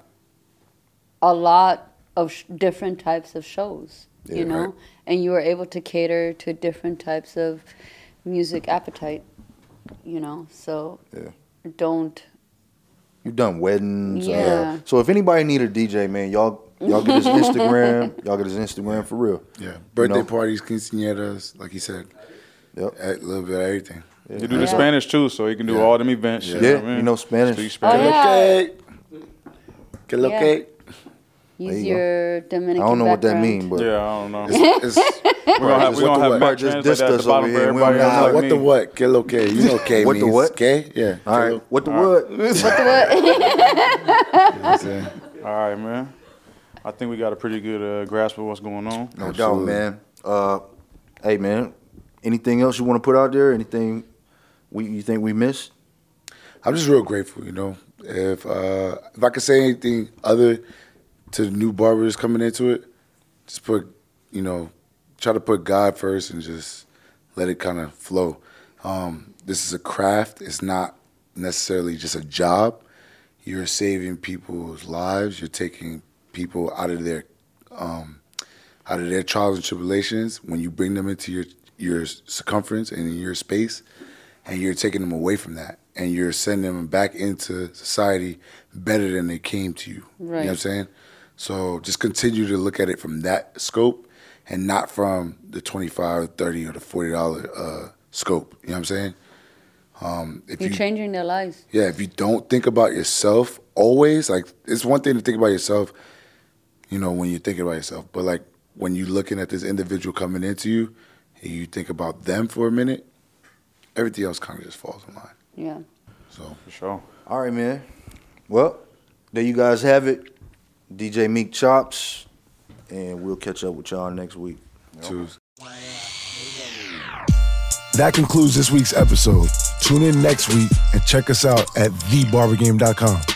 [SPEAKER 1] a lot of sh- different types of shows,
[SPEAKER 4] Yeah,
[SPEAKER 1] you know,
[SPEAKER 4] right.
[SPEAKER 1] and you were able to cater to different types of music appetite, you know. So
[SPEAKER 4] Yeah.
[SPEAKER 1] don't.
[SPEAKER 4] You've done weddings. uh,
[SPEAKER 1] Yeah.
[SPEAKER 4] so if anybody need a DJ, man, y'all y'all get his Instagram. y'all get his Instagram for real.
[SPEAKER 2] Yeah. Birthday
[SPEAKER 4] You know?
[SPEAKER 2] parties, quinceañeras, like he said,
[SPEAKER 4] Yep.
[SPEAKER 2] a little bit of everything.
[SPEAKER 3] You do
[SPEAKER 1] Yeah.
[SPEAKER 3] the Spanish too, so you can do all them events.
[SPEAKER 4] Yeah,
[SPEAKER 3] You know, what I
[SPEAKER 4] you
[SPEAKER 3] mean?
[SPEAKER 4] know Spanish.
[SPEAKER 3] Speak
[SPEAKER 1] Oh,
[SPEAKER 3] Spanish.
[SPEAKER 1] yeah.
[SPEAKER 2] Okay. Que lo
[SPEAKER 1] Yeah.
[SPEAKER 2] que?
[SPEAKER 1] Use
[SPEAKER 4] you go.
[SPEAKER 1] your Dominican.
[SPEAKER 4] I don't know what that
[SPEAKER 1] background.
[SPEAKER 4] means, but
[SPEAKER 3] yeah. I don't know.
[SPEAKER 2] It's, it's,
[SPEAKER 3] We're gonna have,
[SPEAKER 4] Just
[SPEAKER 3] we're
[SPEAKER 4] Oh. what
[SPEAKER 3] gonna
[SPEAKER 4] the
[SPEAKER 3] have
[SPEAKER 4] what?
[SPEAKER 3] Matt
[SPEAKER 4] Just
[SPEAKER 3] translate
[SPEAKER 4] dissed
[SPEAKER 3] that at the
[SPEAKER 4] us
[SPEAKER 3] bottom
[SPEAKER 4] over
[SPEAKER 3] for
[SPEAKER 4] here. We
[SPEAKER 3] everybody.
[SPEAKER 4] don't
[SPEAKER 3] else
[SPEAKER 2] nah,
[SPEAKER 4] know
[SPEAKER 3] like
[SPEAKER 2] what the
[SPEAKER 3] me.
[SPEAKER 2] what? Que lo que? You know que
[SPEAKER 4] What the
[SPEAKER 2] means
[SPEAKER 4] what?
[SPEAKER 2] Que? Yeah.
[SPEAKER 4] all
[SPEAKER 2] que
[SPEAKER 4] right,
[SPEAKER 2] lo-
[SPEAKER 4] what the word?
[SPEAKER 2] you know what I'm saying?
[SPEAKER 3] All right, man. I think we got a pretty good uh, grasp of what's going on.
[SPEAKER 4] No doubt,
[SPEAKER 2] Absolutely.
[SPEAKER 4] man. Uh, hey, man. Anything else you want to put out there? Anything we you think we missed?
[SPEAKER 2] I'm just real grateful, you know. If uh, if I could say anything other to the new barbers coming into it, just put, you know, try to put God first and just let it kind of flow. Um, this is a craft. It's not necessarily just a job. You're saving people's lives. You're taking people out of their um, out of their trials and tribulations when you bring them into your your circumference and your space and you're taking them away from that and you're sending them back into society better than they came to you. You know
[SPEAKER 1] Right.
[SPEAKER 2] what I'm saying? So just continue to look at it from that scope and not from the 25, 30 or the $40 uh, scope. You know what I'm saying? Um, if
[SPEAKER 1] You're changing their lives.
[SPEAKER 2] yeah, if you don't think about yourself always, like it's one thing to think about yourself, you know, when you're thinking about yourself, but like when you're looking at this individual coming into you and you think about them for a minute, everything else kind of just falls in line.
[SPEAKER 1] Yeah.
[SPEAKER 2] So
[SPEAKER 3] For sure.
[SPEAKER 4] All right, man. Well, there you guys have it. DJ Meek Chops, and we'll catch up with y'all next week.
[SPEAKER 2] to
[SPEAKER 6] That concludes this week's episode. Tune in next week and check us out at thebarbergame.com.